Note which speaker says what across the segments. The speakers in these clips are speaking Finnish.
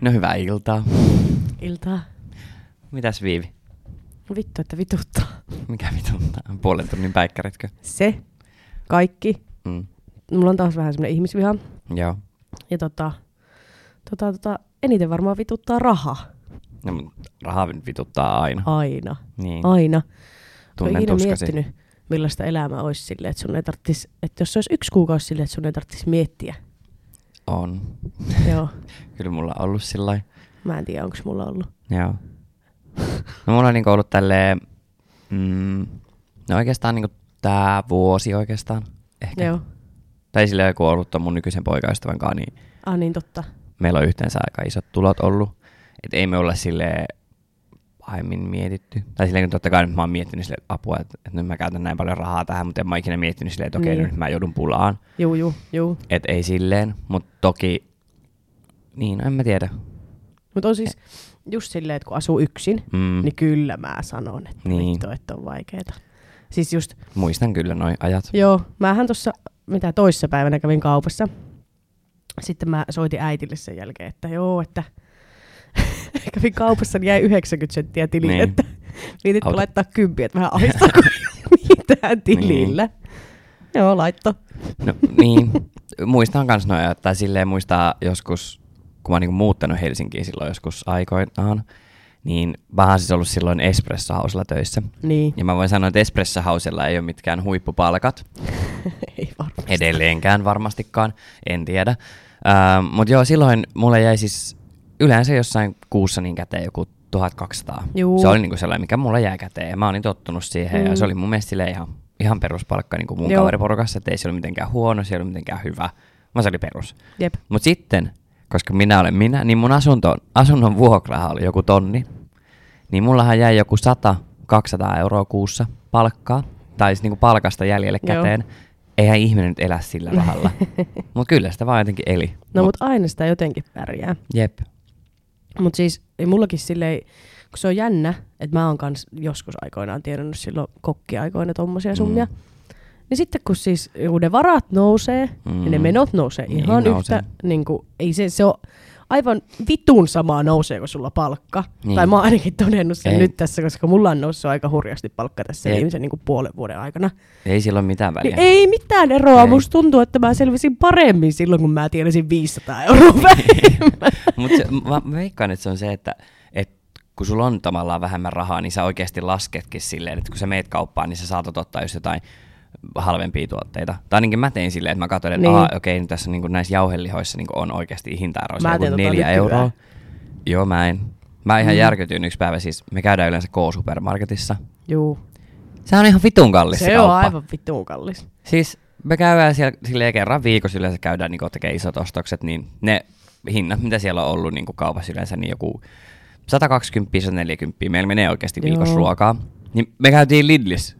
Speaker 1: No hyvää iltaa.
Speaker 2: Iltaa.
Speaker 1: Mitäs Viivi?
Speaker 2: No Vittu, että vituttaa.
Speaker 1: Mikä vitun puolen tunnin päikkäritkö?
Speaker 2: Se, kaikki.
Speaker 1: Mm.
Speaker 2: Mulla on taas vähän semmoinen ihmisviha.
Speaker 1: Joo.
Speaker 2: Ja tota, tota, tota, eniten varmaan vituttaa raha.
Speaker 1: No, mut raha nyt vituttaa aina.
Speaker 2: Aina.
Speaker 1: Niin.
Speaker 2: Aina.
Speaker 1: Tunnen
Speaker 2: ikinä
Speaker 1: tuskasi.
Speaker 2: miettinyt, millaista elämä olisi silleen, että sun ei tarttis, että jos se olisi yksi kuukausi silleen, että sun ei tarttis miettiä.
Speaker 1: On.
Speaker 2: Joo.
Speaker 1: Kyllä mulla on ollut sillä
Speaker 2: Mä en tiedä, onko mulla ollut.
Speaker 1: Joo. No mulla on niinku ollut tälleen, mm, no oikeastaan niinku tää vuosi oikeastaan. Ehkä.
Speaker 2: Joo.
Speaker 1: Tai sillä joku on ollut ton mun nykyisen poikaystävän kanssa, niin
Speaker 2: Ah niin, totta.
Speaker 1: meillä on yhteensä aika isot tulot ollut. Et ei me olla sille pahemmin mietitty. Tai silleen, kun totta kai nyt mä oon miettinyt sille apua, että, että nyt mä käytän näin paljon rahaa tähän, mutta en mä ikinä miettinyt silleen, että okei,
Speaker 2: Niin.
Speaker 1: nyt mä joudun pulaan.
Speaker 2: Juu, juu, juu.
Speaker 1: Et ei silleen, mutta toki, niin no en mä tiedä.
Speaker 2: Mutta on siis just silleen, että kun asuu yksin,
Speaker 1: Mm,
Speaker 2: niin kyllä mä sanon, että
Speaker 1: Niin.
Speaker 2: niin. vittu, että on vaikeeta. Siis just
Speaker 1: muistan kyllä noi ajat.
Speaker 2: Joo, mähän tuossa, mitä toissa päivänä kävin kaupassa. Sitten mä soitin äitille sen jälkeen, että joo, että kävin kaupassa, niin jäi 90 senttiä tiliin,
Speaker 1: Niin.
Speaker 2: niin. että viititkö
Speaker 1: Auta.
Speaker 2: laittaa kympiä, että vähän ahistaa, kun ei ole mitään tilillä. Joo, laitto.
Speaker 1: No niin, muistan kans noja, tai silleen muistaa joskus, kun mä oon niinku muuttanut Helsinkiin silloin joskus aikoinaan, niin mä oon siis ollut silloin Espresso Housella töissä.
Speaker 2: Niin,
Speaker 1: Ja mä voin sanoa, että Espresso Housella ei ole mitkään huippupalkat,
Speaker 2: ei varmaan.
Speaker 1: edelleenkään varmastikaan, en tiedä. Ähm, Mutta joo, silloin mulle jäi siis yleensä jossain kuussa niin käteen joku 1200.
Speaker 2: Juu.
Speaker 1: Se oli niinku sellainen, mikä mulla jäi käteen. ja Mä oon niin tottunut siihen mm. ja
Speaker 2: Mm.
Speaker 1: se oli mun mielestä silleen ihan, ihan peruspalkka niin kuin mun
Speaker 2: Joo.
Speaker 1: kaveriporukassa, että ei se ollut mitenkään huono, se ei ollut mitenkään hyvä, vaan se oli perus.
Speaker 2: Jep. No,
Speaker 1: Mutta sitten, koska minä olen minä, niin mun asunto, asunnon vuokraha oli joku tonni. Niin mullahan jäi joku 100-200 euroa kuussa palkkaa, tai siis niinku palkasta jäljelle
Speaker 2: Joo.
Speaker 1: käteen. Eihän ihminen nyt elä sillä rahalla. Mutta kyllä sitä vaan jotenkin eli.
Speaker 2: No, mutta aina sitä jotenkin pärjää.
Speaker 1: Jep.
Speaker 2: Mutta siis ei mullakin silleen, kun se on jännä, että mä oon kans joskus aikoinaan tienannut silloin kokkiaikoina tommosia summia.
Speaker 1: Mm.
Speaker 2: Mm. Niin sitten kun siis kun ne varat nousee, mm.
Speaker 1: Mm.
Speaker 2: niin ne menot nousee
Speaker 1: Niin
Speaker 2: ihan
Speaker 1: nousee.
Speaker 2: yhtä, niin kuin, ei se, se on aivan vitun samaa nousee, kun sulla palkka.
Speaker 1: Niin.
Speaker 2: Niin. Tai mä oon ainakin todennut sen
Speaker 1: Ei.
Speaker 2: ei. nyt tässä, koska mulla on noussut aika hurjasti palkka tässä
Speaker 1: Ei.
Speaker 2: viimeisen niin kuin puolen vuoden aikana.
Speaker 1: Ei sillä ole mitään väliä.
Speaker 2: Niin ei mitään eroa.
Speaker 1: Ei.
Speaker 2: Ei. Musta tuntuu, että mä selvisin paremmin silloin, kun mä tienasin 500 euroa vähemmän.
Speaker 1: Mutta mä mä veikkaan, että se on se, että et kun sulla on tavallaan vähemmän rahaa, niin sä oikeasti lasketkin silleen, että kun sä meet kauppaan, niin sä saatat ottaa just jotain halvempia tuotteita. Tai ainakin mä tein silleen, että mä katsoin, että
Speaker 2: Niin.
Speaker 1: niin. okei, nyt tässä on niinku näissä jauhelihoissa niinku on oikeasti hintaeroissa
Speaker 2: Mä
Speaker 1: joku
Speaker 2: teen tota
Speaker 1: neljä
Speaker 2: nykyään.
Speaker 1: euroa. Joo, mä en. Mä ihan mm.
Speaker 2: Mm.
Speaker 1: järkytyin yksi päivä, siis me käydään yleensä K-supermarketissa.
Speaker 2: Juu.
Speaker 1: Sehän on ihan vitun kallis
Speaker 2: Se
Speaker 1: kauppa.
Speaker 2: on aivan vitun kallis.
Speaker 1: Siis me käydään siellä silleen kerran viikossa yleensä käydään niin tekee isot ostokset, niin ne hinnat, mitä siellä on ollut niin kaupassa yleensä, niin joku 120, 140, meillä menee oikeasti
Speaker 2: Joo.
Speaker 1: viikossa ruokaa. Niin me käytiin Lidlissä.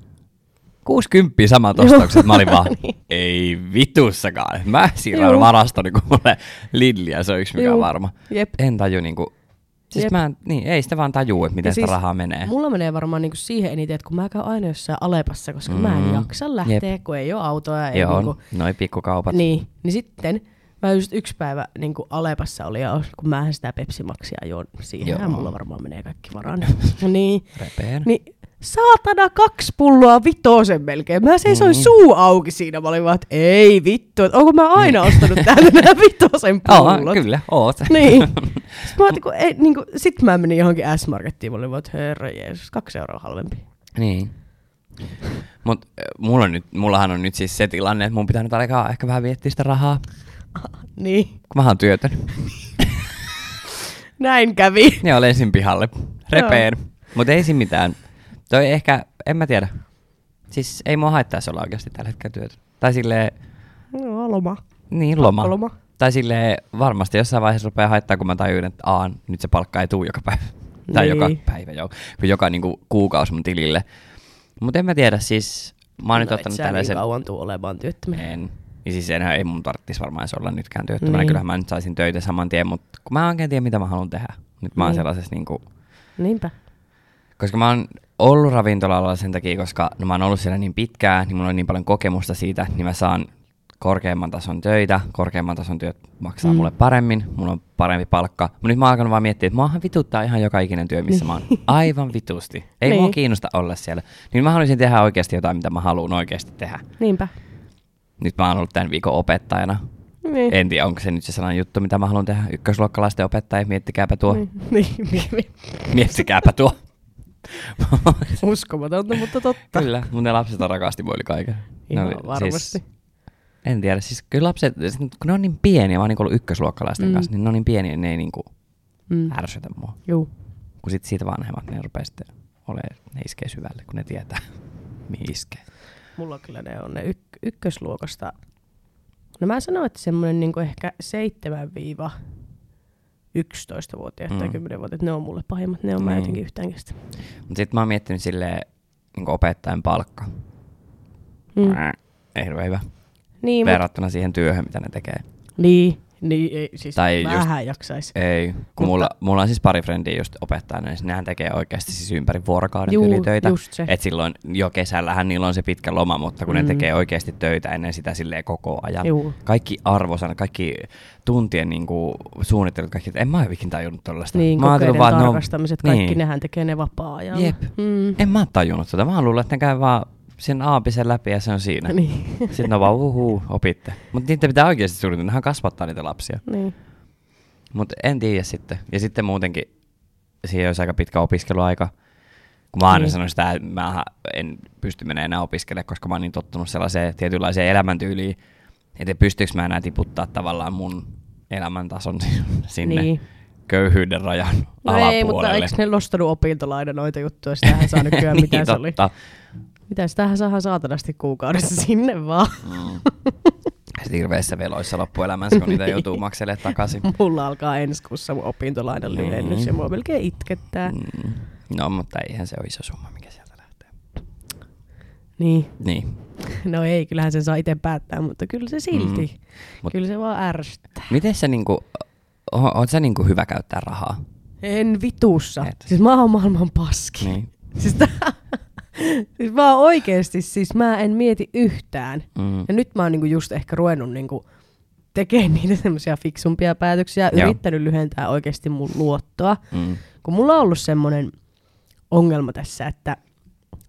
Speaker 1: 60 samat ostokset, mä olin vaan, ei vitussakaan. Mä siirrän
Speaker 2: Niin. Joo.
Speaker 1: varastoni kuin mulle Lidliä, se on yksi mikä on
Speaker 2: Juu.
Speaker 1: varma.
Speaker 2: Jep.
Speaker 1: En taju niinku, siis
Speaker 2: Jep.
Speaker 1: mä en, niin, ei sitä vaan tajuu, että miten
Speaker 2: Ja siis
Speaker 1: sitä rahaa menee.
Speaker 2: Mulla menee varmaan niinku siihen eniten, että kun mä käyn aina jossain Alepassa, koska mm. mä en
Speaker 1: Mm.
Speaker 2: jaksa lähteä, Jep. kun ei ole autoa. Ei
Speaker 1: Joo,
Speaker 2: Niinku,
Speaker 1: noi pikkukaupat.
Speaker 2: niin, niin sitten mä just yksi päivä niinku Alepassa oli, ja kun mä sitä pepsimaksia juon,
Speaker 1: Joo.
Speaker 2: siihen mulla varmaan menee kaikki varaan. niin,
Speaker 1: Repeen.
Speaker 2: niin saatana kaksi pulloa vitosen melkein. Mä seisoin
Speaker 1: Mm.
Speaker 2: mm. suu auki siinä. Mä olin vaan, että ei vittu, että onko mä aina ostanut täältä nämä vitosen
Speaker 1: Niin. Joo,
Speaker 2: pullot.
Speaker 1: kyllä, oot.
Speaker 2: Niin. Sitten mä, otin, kun, ei, niin kuin, sit mä menin johonkin S-Markettiin, mä olin vaan, että herra Jeesus, kaksi euroa halvempi.
Speaker 1: Niin. Mut ö, mulla on nyt, mullahan on nyt siis se tilanne, että mun pitää nyt alkaa ehkä vähän miettiä sitä rahaa,
Speaker 2: Niin,
Speaker 1: kun mä oon työtön.
Speaker 2: näin kävi.
Speaker 1: Ja olen ensin pihalle. Repeen. Mut ei siinä mitään. Toi ehkä, en mä tiedä. Siis ei mua haittaisi olla oikeasti tällä hetkellä työtön. Tai silleen,
Speaker 2: No, loma.
Speaker 1: niin loma.
Speaker 2: Pakkoloma.
Speaker 1: Tai silleen varmasti jossain vaiheessa rupeaa haittaa, kun mä tajun, että aan, nyt se palkka ei tuu joka päivä. Tai
Speaker 2: Niin.
Speaker 1: joka päivä, joo. Kun joka niinku, kuukausi mun tilille. Mut en mä tiedä, siis mä oon nyt
Speaker 2: No, et
Speaker 1: ottanut
Speaker 2: sä niin
Speaker 1: tällaisen...
Speaker 2: kauan tuu olemaan työttömänä.
Speaker 1: En. Ja siis enää ei mun tarvitsisi varmaan se olla nytkään työttömänä. Niin.
Speaker 2: Niin.
Speaker 1: Kyllähän mä nyt saisin töitä saman tien, mutta kun mä en oikein tiedä, mitä mä haluan tehdä. Nyt mä oon niin.
Speaker 2: Niin.
Speaker 1: sellaisessa niinku,
Speaker 2: Niinpä.
Speaker 1: koska mä oon ollut ravintolalla sen takia, koska no mä oon ollut siellä niin pitkään, niin mulla on niin paljon kokemusta siitä, niin mä saan korkeamman tason töitä, korkeamman tason työt maksaa
Speaker 2: Mm.
Speaker 1: mm. mulle paremmin, mulla on parempi palkka. Mutta nyt mä oon alkanut vaan miettiä, että muahan vituttaa ihan joka ikinen työ, missä mä oon. Aivan vitusti. Ei
Speaker 2: Niin.
Speaker 1: mua kiinnosta olla siellä. Niin mä haluaisin tehdä oikeasti jotain, mitä mä haluan oikeasti tehdä.
Speaker 2: Niinpä.
Speaker 1: Nyt mä oon ollut tämän viikon opettajana.
Speaker 2: Niin.
Speaker 1: En tiedä, onko se nyt se sellainen juttu, mitä mä haluan tehdä. Ykkösluokkalaisten opettaja, miettikääpä tuo.
Speaker 2: Niin, niin.
Speaker 1: Miettikääpä tuo.
Speaker 2: Uskomatonta, mutta totta.
Speaker 1: Kyllä, mun ne lapset on rakasti muille kaiken.
Speaker 2: Ihan
Speaker 1: oli-
Speaker 2: varmasti.
Speaker 1: No, Siis, en tiedä, siis kyllä lapset, sit kun ne on niin pieniä, mä oon niinku ollut ykkösluokkalaisten
Speaker 2: Mm.
Speaker 1: mm. kanssa, niin ne on niin pieniä, niin ne ei niinku
Speaker 2: Mm.
Speaker 1: ärsytä mua.
Speaker 2: Juu.
Speaker 1: Kun sit siitä vanhemmat, ne rupeaa sitten olemaan, ne iskee syvälle, kun ne tietää, mihin iskee.
Speaker 2: Mulla kyllä ne on ne yk- ykkösluokasta. No mä sanoin, että semmoinen niinku ehkä 7-11-vuotiaat mm. tai
Speaker 1: Mm.
Speaker 2: 10-vuotiaat, ne on mulle pahimmat. Ne on mä
Speaker 1: Niin.
Speaker 2: jotenkin yhtään kestä.
Speaker 1: Mut sit mä oon miettinyt silleen, niinku opettajan palkka.
Speaker 2: Mm.
Speaker 1: Mm. Ei ole hyvä.
Speaker 2: Niin, mut,
Speaker 1: Verrattuna siihen työhön, mitä ne tekee.
Speaker 2: niin, niin ei, siis
Speaker 1: Tai
Speaker 2: tai
Speaker 1: just-
Speaker 2: vähän just... jaksaisi.
Speaker 1: Ei, kun
Speaker 2: Mutta-
Speaker 1: mulla, mulla on siis pari frendiä just opettajana, niin nehän tekee oikeasti siis ympäri vuorokauden
Speaker 2: Juu,
Speaker 1: tyyli töitä.
Speaker 2: just se.
Speaker 1: Et silloin jo kesällähän niillä on se pitkä loma, mutta kun mm.
Speaker 2: Mm.
Speaker 1: ne tekee oikeasti töitä ennen sitä silleen koko ajan.
Speaker 2: Juu.
Speaker 1: Kaikki arvosana, kaikki tuntien niinku suunnittelut, kaikki, että en mä ole ikinä tajunnut tällaista.
Speaker 2: Niin,
Speaker 1: mä oon ajatellut
Speaker 2: kokeiden
Speaker 1: vaan, että ne on-
Speaker 2: tarkastamiset, kaikki niin. nehän tekee ne vapaa-ajalla.
Speaker 1: Jep.
Speaker 2: Mm.
Speaker 1: En mä oo tajunnut tätä. Mä oon luullut, että ne käy vaan sen aapisen läpi ja se on siinä.
Speaker 2: Niin.
Speaker 1: Sitten ne on vaan uhuu, opitte. Mutta niitä pitää oikeasti suunnitella, nehän kasvattaa niitä lapsia.
Speaker 2: niin.
Speaker 1: Mutta en tiedä sitten. Ja sitten muutenkin, siihen olisi aika pitkä opiskeluaika. Kun mä aina
Speaker 2: Niin.
Speaker 1: niin. sanon sitä, että mä en pysty menemään enää opiskelemaan, koska mä oon niin tottunut sellaiseen tietynlaiseen elämäntyyliin, että pystyykö mä enää tiputtaa tavallaan mun elämäntason sinne
Speaker 2: Niin.
Speaker 1: niin. köyhyyden rajan
Speaker 2: No
Speaker 1: alapuolelle.
Speaker 2: ei, mutta eikö ne lostanut opintolaina noita juttuja? Sitähän saa nykyään,
Speaker 1: niin,
Speaker 2: mitä se oli.
Speaker 1: totta.
Speaker 2: Mitä sitähän saa saatanasti kuukaudessa sinne vaan.
Speaker 1: Mm. Sitten hirveissä veloissa loppuelämänsä, kun niitä
Speaker 2: Niin.
Speaker 1: joutuu makselemaan takaisin.
Speaker 2: Mulla alkaa ensi kuussa mun opintolainan
Speaker 1: Niin.
Speaker 2: lyhennys ja mua melkein itkettää. Mm.
Speaker 1: Mm. No, mutta eihän se ole iso summa, mikä sieltä lähtee.
Speaker 2: Niin.
Speaker 1: Niin,
Speaker 2: No ei, kyllähän sen saa itse päättää, mutta kyllä se silti. Mm. Mut.
Speaker 1: Mut-
Speaker 2: Kyllä se vaan ärsyttää.
Speaker 1: Miten sä niinku, o- oot sä niinku hyvä käyttää rahaa?
Speaker 2: En vitussa. Et.
Speaker 1: Et.
Speaker 2: Siis mä oon maailman paski.
Speaker 1: Niin.
Speaker 2: Siis, tää, siis mä oon oikeesti, siis mä en mieti yhtään.
Speaker 1: Mm.
Speaker 2: Ja nyt mä oon niinku just ehkä ruvennut niinku tekemään niitä semmoisia fiksumpia päätöksiä,
Speaker 1: Joo.
Speaker 2: yrittänyt lyhentää oikeasti mun luottoa.
Speaker 1: Mm.
Speaker 2: Kun mulla on ollut semmoinen ongelma tässä, että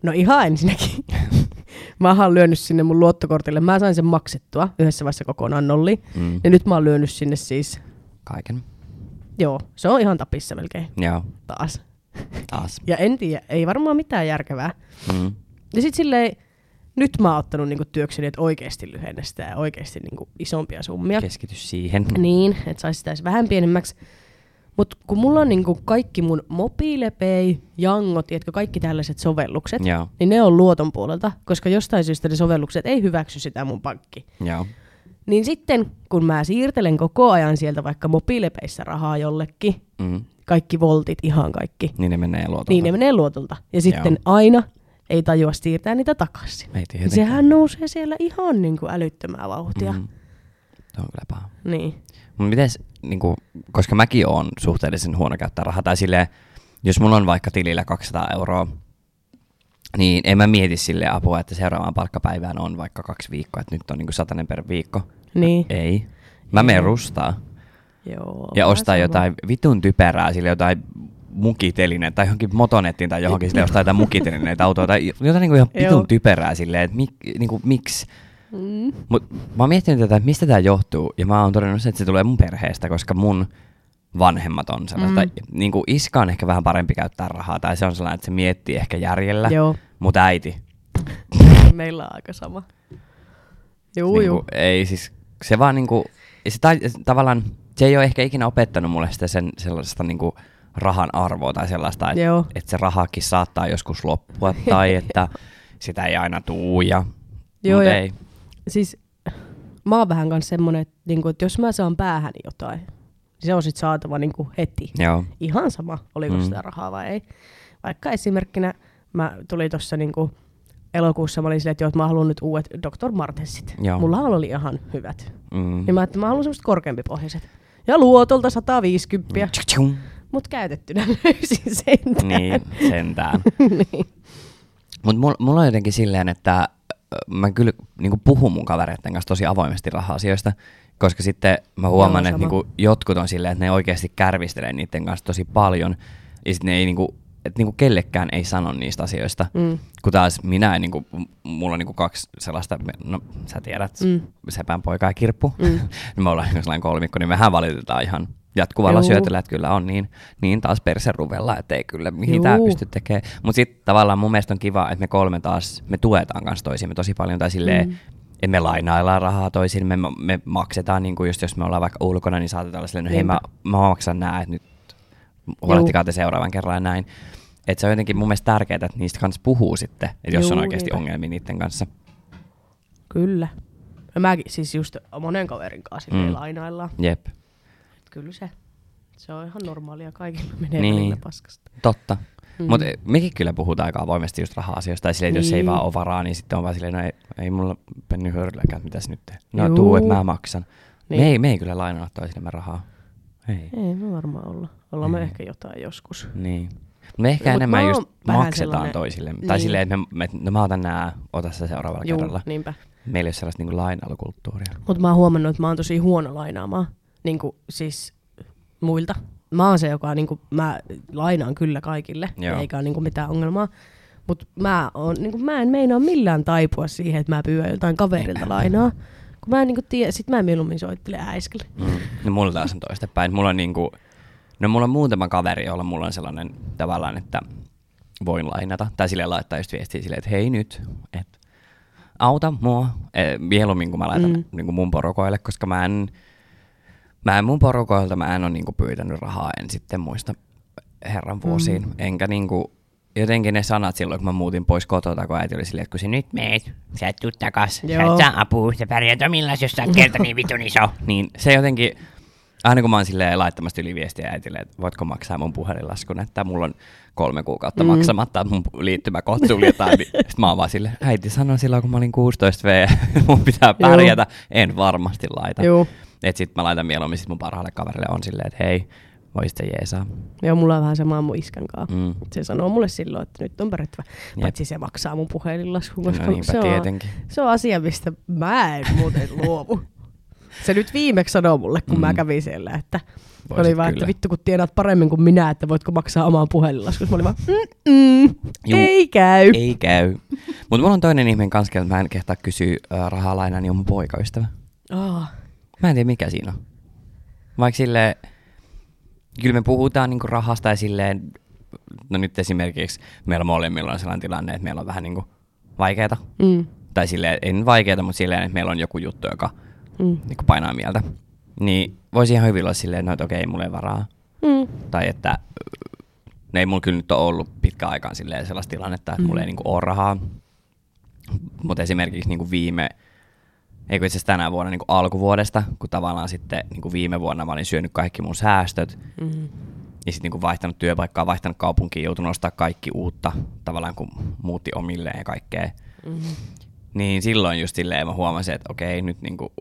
Speaker 2: no ihan ensinnäkin. mä oon lyönyt sinne mun luottokortille. Mä sain sen maksettua yhdessä vaiheessa kokonaan nolli.
Speaker 1: Mm.
Speaker 2: Ja nyt mä oon lyönyt sinne siis,
Speaker 1: Kaiken.
Speaker 2: joo, se on ihan tapissa melkein
Speaker 1: Joo,
Speaker 2: taas.
Speaker 1: taas.
Speaker 2: Ja en tiedä, ei varmaan mitään järkevää.
Speaker 1: Mm.
Speaker 2: Ja sitten silleen, nyt mä oon ottanut niinku työkseni, että oikeasti lyhennestää ja oikeasti niinku isompia summia.
Speaker 1: Keskity siihen.
Speaker 2: Niin, että saisi sitä edes vähän pienemmäksi. Mutta kun mulla on niinku kaikki mun mobiilepei, jango, tiedätkö, kaikki tällaiset sovellukset,
Speaker 1: Joo,
Speaker 2: niin ne on luoton puolelta, koska jostain syystä ne sovellukset ei hyväksy sitä mun pankki.
Speaker 1: joo.
Speaker 2: Niin sitten, kun mä siirtelen koko ajan sieltä vaikka mobiilepeissä rahaa jollekin,
Speaker 1: Mm.
Speaker 2: kaikki voltit, ihan kaikki,
Speaker 1: Niin ne menee luotolta.
Speaker 2: niin ne menee luotolta. Ja sitten aina ei tajua siirtää niitä takaisin. Niin
Speaker 1: Ei tietenkään.
Speaker 2: Sehän nousee siellä ihan niin kuin älyttömää vauhtia. Mm.
Speaker 1: Mm. Tuo on kyllä paha.
Speaker 2: Niin.
Speaker 1: Mut mites, niinku, koska mäkin on suhteellisen huono käyttää rahaa, tai silleen, jos mulla on vaikka tilillä 200 euroa, niin en mä mieti sille apua, että seuraavaan palkkapäivään on vaikka kaksi viikkoa, että nyt on niinku satanen per viikko.
Speaker 2: Niin.
Speaker 1: Ei. Mä menen rustaa.
Speaker 2: Joo,
Speaker 1: ja
Speaker 2: vähän
Speaker 1: ostaa
Speaker 2: sama.
Speaker 1: jotain vitun typerää, sille jotain mukiteline tai johonkin motonettiin tai johonkin sille ostaa jotain mukitelineitä autoa tai jotain niinku ihan
Speaker 2: Joo.
Speaker 1: vitun typerää silleen, että mik, niinku, miksi.
Speaker 2: Mm.
Speaker 1: Mut mä oon miettinyt tätä, että mistä tämä johtuu ja mä oon todennut sen, että se tulee mun perheestä, koska mun vanhemmat on sellaista.
Speaker 2: Mm.
Speaker 1: Mm. Niinku iska on ehkä vähän parempi käyttää rahaa tai se on sellainen, että se miettii ehkä järjellä,
Speaker 2: Joo.
Speaker 1: mutta äiti.
Speaker 2: Meillä on aika sama. Juu,
Speaker 1: niinku,
Speaker 2: juu.
Speaker 1: Ei siis, se vaan niinku, se tai, tavallaan, se ei ole ehkä ikinä opettanut mulle sitä sen sellaista niinku rahan arvoa tai sellaista, että
Speaker 2: Joo.
Speaker 1: et se rahakin saattaa joskus loppua tai että sitä ei aina tuu ja,
Speaker 2: Joo,
Speaker 1: Joo, mut
Speaker 2: ja-
Speaker 1: ei.
Speaker 2: Siis mä oon vähän kanssa semmonen, että, niinku, että jos mä saan päähän jotain, niin se on sit saatava niinku heti.
Speaker 1: Joo.
Speaker 2: Ihan sama, oliko mm.
Speaker 1: Mm.
Speaker 2: sitä rahaa vai ei. Vaikka esimerkkinä mä tulin tuossa niinku elokuussa, mä olin silleen, että joo, että mä haluan nyt uudet Dr. Martensit.
Speaker 1: Joo.
Speaker 2: Mulla oli ihan hyvät.
Speaker 1: Mm.
Speaker 2: Niin mä, että mä haluan semmoset korkeampipohjaiset. Ja luotolta 150, mm.
Speaker 1: Tsk, tsk.
Speaker 2: mut käytettynä löysin sentään. Niin.
Speaker 1: Niin, sentään. niin. Mutta mulla, mulla on jotenkin silleen, että ö, mä kyllä niin kuin puhun mun kavereiden kanssa tosi avoimesti raha-asioista, koska sitten mä huomaan,
Speaker 2: Joo,
Speaker 1: että
Speaker 2: sama.
Speaker 1: niin kuin jotkut on silleen, että ne oikeasti kärvistelee niiden kanssa tosi paljon, ja sitten ne ei niin kuin, että niin kuin kellekään ei sano niistä asioista.
Speaker 2: Mm.
Speaker 1: Kun taas minä, niin kuin, mulla on niin kuin kaksi sellaista, no sä tiedät,
Speaker 2: Mm.
Speaker 1: mm. sepän poika ja kirppu,
Speaker 2: Mm.
Speaker 1: mm. me ollaan sellainen kolmikko, niin mehän valitetaan ihan jatkuvalla
Speaker 2: Juu.
Speaker 1: syötöllä, että kyllä on niin, niin taas perseruvella, että ei kyllä mihin tämä
Speaker 2: Juu.
Speaker 1: pysty tekemään. Mutta sitten tavallaan mun mielestä on kiva, että me kolme taas, me tuetaan kanssa toisiamme tosi paljon, tai silleen,
Speaker 2: Mm.
Speaker 1: mm. että me lainaillaan rahaa toisiin, me, me maksetaan, niin kuin just jos me ollaan vaikka ulkona, niin saatetaan olla silleen, no hei mä,
Speaker 2: Niinpä.
Speaker 1: mä maksan nää, että nyt huolehtikaa te seuraavan kerran ja näin. Että se on jotenkin mun mielestä tärkeää, että niistä kanssa puhuu sitten, että jos
Speaker 2: Juu,
Speaker 1: on oikeasti
Speaker 2: niinpä.
Speaker 1: ongelmia niiden kanssa.
Speaker 2: Kyllä. Ja mäkin siis just monen kaverin kanssa mm.
Speaker 1: Mm.
Speaker 2: lainaillaan.
Speaker 1: Jep,
Speaker 2: Et Kyllä se. Se on ihan normaalia kaikilla menee niin.
Speaker 1: Niin.
Speaker 2: välillä paskasta.
Speaker 1: totta.
Speaker 2: Mm.
Speaker 1: Mm. Mutta mekin kyllä puhutaan aika avoimesti just raha-asioista, ja silleen, että jos
Speaker 2: Niin.
Speaker 1: ei vaan ole varaa, niin sitten on vaan silleen, no ei, ei mulla penny hörylläkään, mitä nyt tee. No
Speaker 2: Juu.
Speaker 1: tuu, että mä maksan. Niin.
Speaker 2: Niin.
Speaker 1: Me, ei, me ei kyllä lainaa toisillemme rahaa. Ei.
Speaker 2: Ei me varmaan olla. Ollaan me
Speaker 1: Ei.
Speaker 2: ehkä jotain joskus.
Speaker 1: Niin. Me ehkä
Speaker 2: Mut
Speaker 1: Mut enemmän
Speaker 2: mä
Speaker 1: just
Speaker 2: oon vähän
Speaker 1: maksetaan sellainen...
Speaker 2: sellainen-
Speaker 1: toisille. Niin. Tai
Speaker 2: Niin.
Speaker 1: silleen, että me, me, no mä otan nää, ota se seuraavalla Juu. kerralla.
Speaker 2: niinpä.
Speaker 1: Meillä ei ole sellaista niin lainailukulttuuria.
Speaker 2: Mutta mä oon huomannut, että mä oon tosi huono lainaamaan. Niin kuin, siis muilta. Mä oon se, joka niin kuin, mä lainaan kyllä kaikille, Joo.
Speaker 1: Joo.
Speaker 2: eikä ole niin kuin, mitään ongelmaa. Mutta mä, oon, niin kuin, mä en meinaa millään taipua siihen, että mä pyydän jotain
Speaker 1: Niin.
Speaker 2: kaverilta lainaa. Kun mä en niin kuin, tiedä, sit mä mieluummin soittelen äiskelle.
Speaker 1: Mm. No mulla taas on toistepäin. Mulla on niinku, no mulla on muutama kaveri, jolla mulla on sellainen tavallaan, että voin lainata. Tai sille laittaa just viestiä silleen, että hei nyt, että auta mua. Eh, mieluummin kun mä laitan
Speaker 2: Mm.
Speaker 1: mm. niinku mun porukoille, koska mä en, mä en mun porukoilta, mä en ole niinku pyytänyt rahaa, en sitten muista herran vuosiin. Mm. Enkä niinku, jotenkin ne sanat silloin, kun mä muutin pois kotota, kun äiti oli silleen, että kun sä nyt meet, sä et tuu takas, sä
Speaker 2: Joo.
Speaker 1: et saa apua, sä pärjäät omillaan, jos sä oot kerta niin vitun iso. niin se jotenkin, aina kun mä oon silleen laittamassa yliviestiä äitille, että voitko maksaa mun puhelinlaskun, että mulla on kolme kuukautta mm. maksamatta, että mun pu- liittymäkoot suljetaan, niin sit mä oon vaan silleen, äiti sanoi silloin, kun mä olin 16 V, mun pitää
Speaker 2: Joo.
Speaker 1: pärjätä, en varmasti laita.
Speaker 2: Joo.
Speaker 1: Et sit mä laitan mieluummin sit mun parhaalle kaverille on silleen, että hei, voisit se jeesaa.
Speaker 2: Joo, mulla on vähän samaa mun iskän kanssa. Mm.
Speaker 1: Mm.
Speaker 2: Se sanoo mulle silloin, että nyt on pärjättävä.
Speaker 1: Jep.
Speaker 2: Paitsi se maksaa mun puhelinlaskun,
Speaker 1: No
Speaker 2: koska
Speaker 1: niinpä,
Speaker 2: se, on,
Speaker 1: tietenkin.
Speaker 2: se on asia, mistä mä en muuten luovu. Se nyt viimeksi sanoi mulle, kun mm. mä
Speaker 1: Mm.
Speaker 2: kävin siellä, että Voisit
Speaker 1: Voisit
Speaker 2: oli vaan, että
Speaker 1: kyllä.
Speaker 2: vittu kun tienaat paremmin kuin minä, että voitko maksaa omaan puhelinlaskus. Mä olin vaan, mm-mm,
Speaker 1: Juu.
Speaker 2: ei käy. Ei.
Speaker 1: Ei käy. Mutta mulla on toinen ihminen kanssa, että mä en kehtaa kysyä ö, rahaa lainaa, niin on mun poikaystävä.
Speaker 2: Oh.
Speaker 1: Mä en tiedä mikä siinä on. Vaikka silleen, kyllä me puhutaan niinku rahasta ja silleen, no nyt esimerkiksi meillä molemmilla on sellainen tilanne, että meillä on vähän niinku vaikeeta.
Speaker 2: Mm.
Speaker 1: Tai silleen, ei nyt vaikeeta, mutta silleen, että meillä on joku juttu, joka
Speaker 2: Mm.
Speaker 1: niinku painaa mieltä. Niin voisi ihan hyvin olla silleen, no, että okei, mulla ei varaa.
Speaker 2: Mm.
Speaker 1: Tai että äh, ne ei mulla kyllä nyt ole ollut pitkään aikaan silleen sellaista tilannetta, että mm. mulla ei niinku ole rahaa. Mutta esimerkiksi niinku viime, eikö itse asiassa tänä vuonna niinku alkuvuodesta, kun tavallaan sitten niinku viime vuonna mä olin syönyt kaikki mun säästöt
Speaker 2: Mm.
Speaker 1: ja sitten niinku vaihtanut työpaikkaa, vaihtanut kaupunkiin, joutunut ostaa kaikki uutta tavallaan kun muutti omilleen ja kaikkea.
Speaker 2: Mm.
Speaker 1: Niin silloin just silleen mä huomasin, että okei, nyt niinku,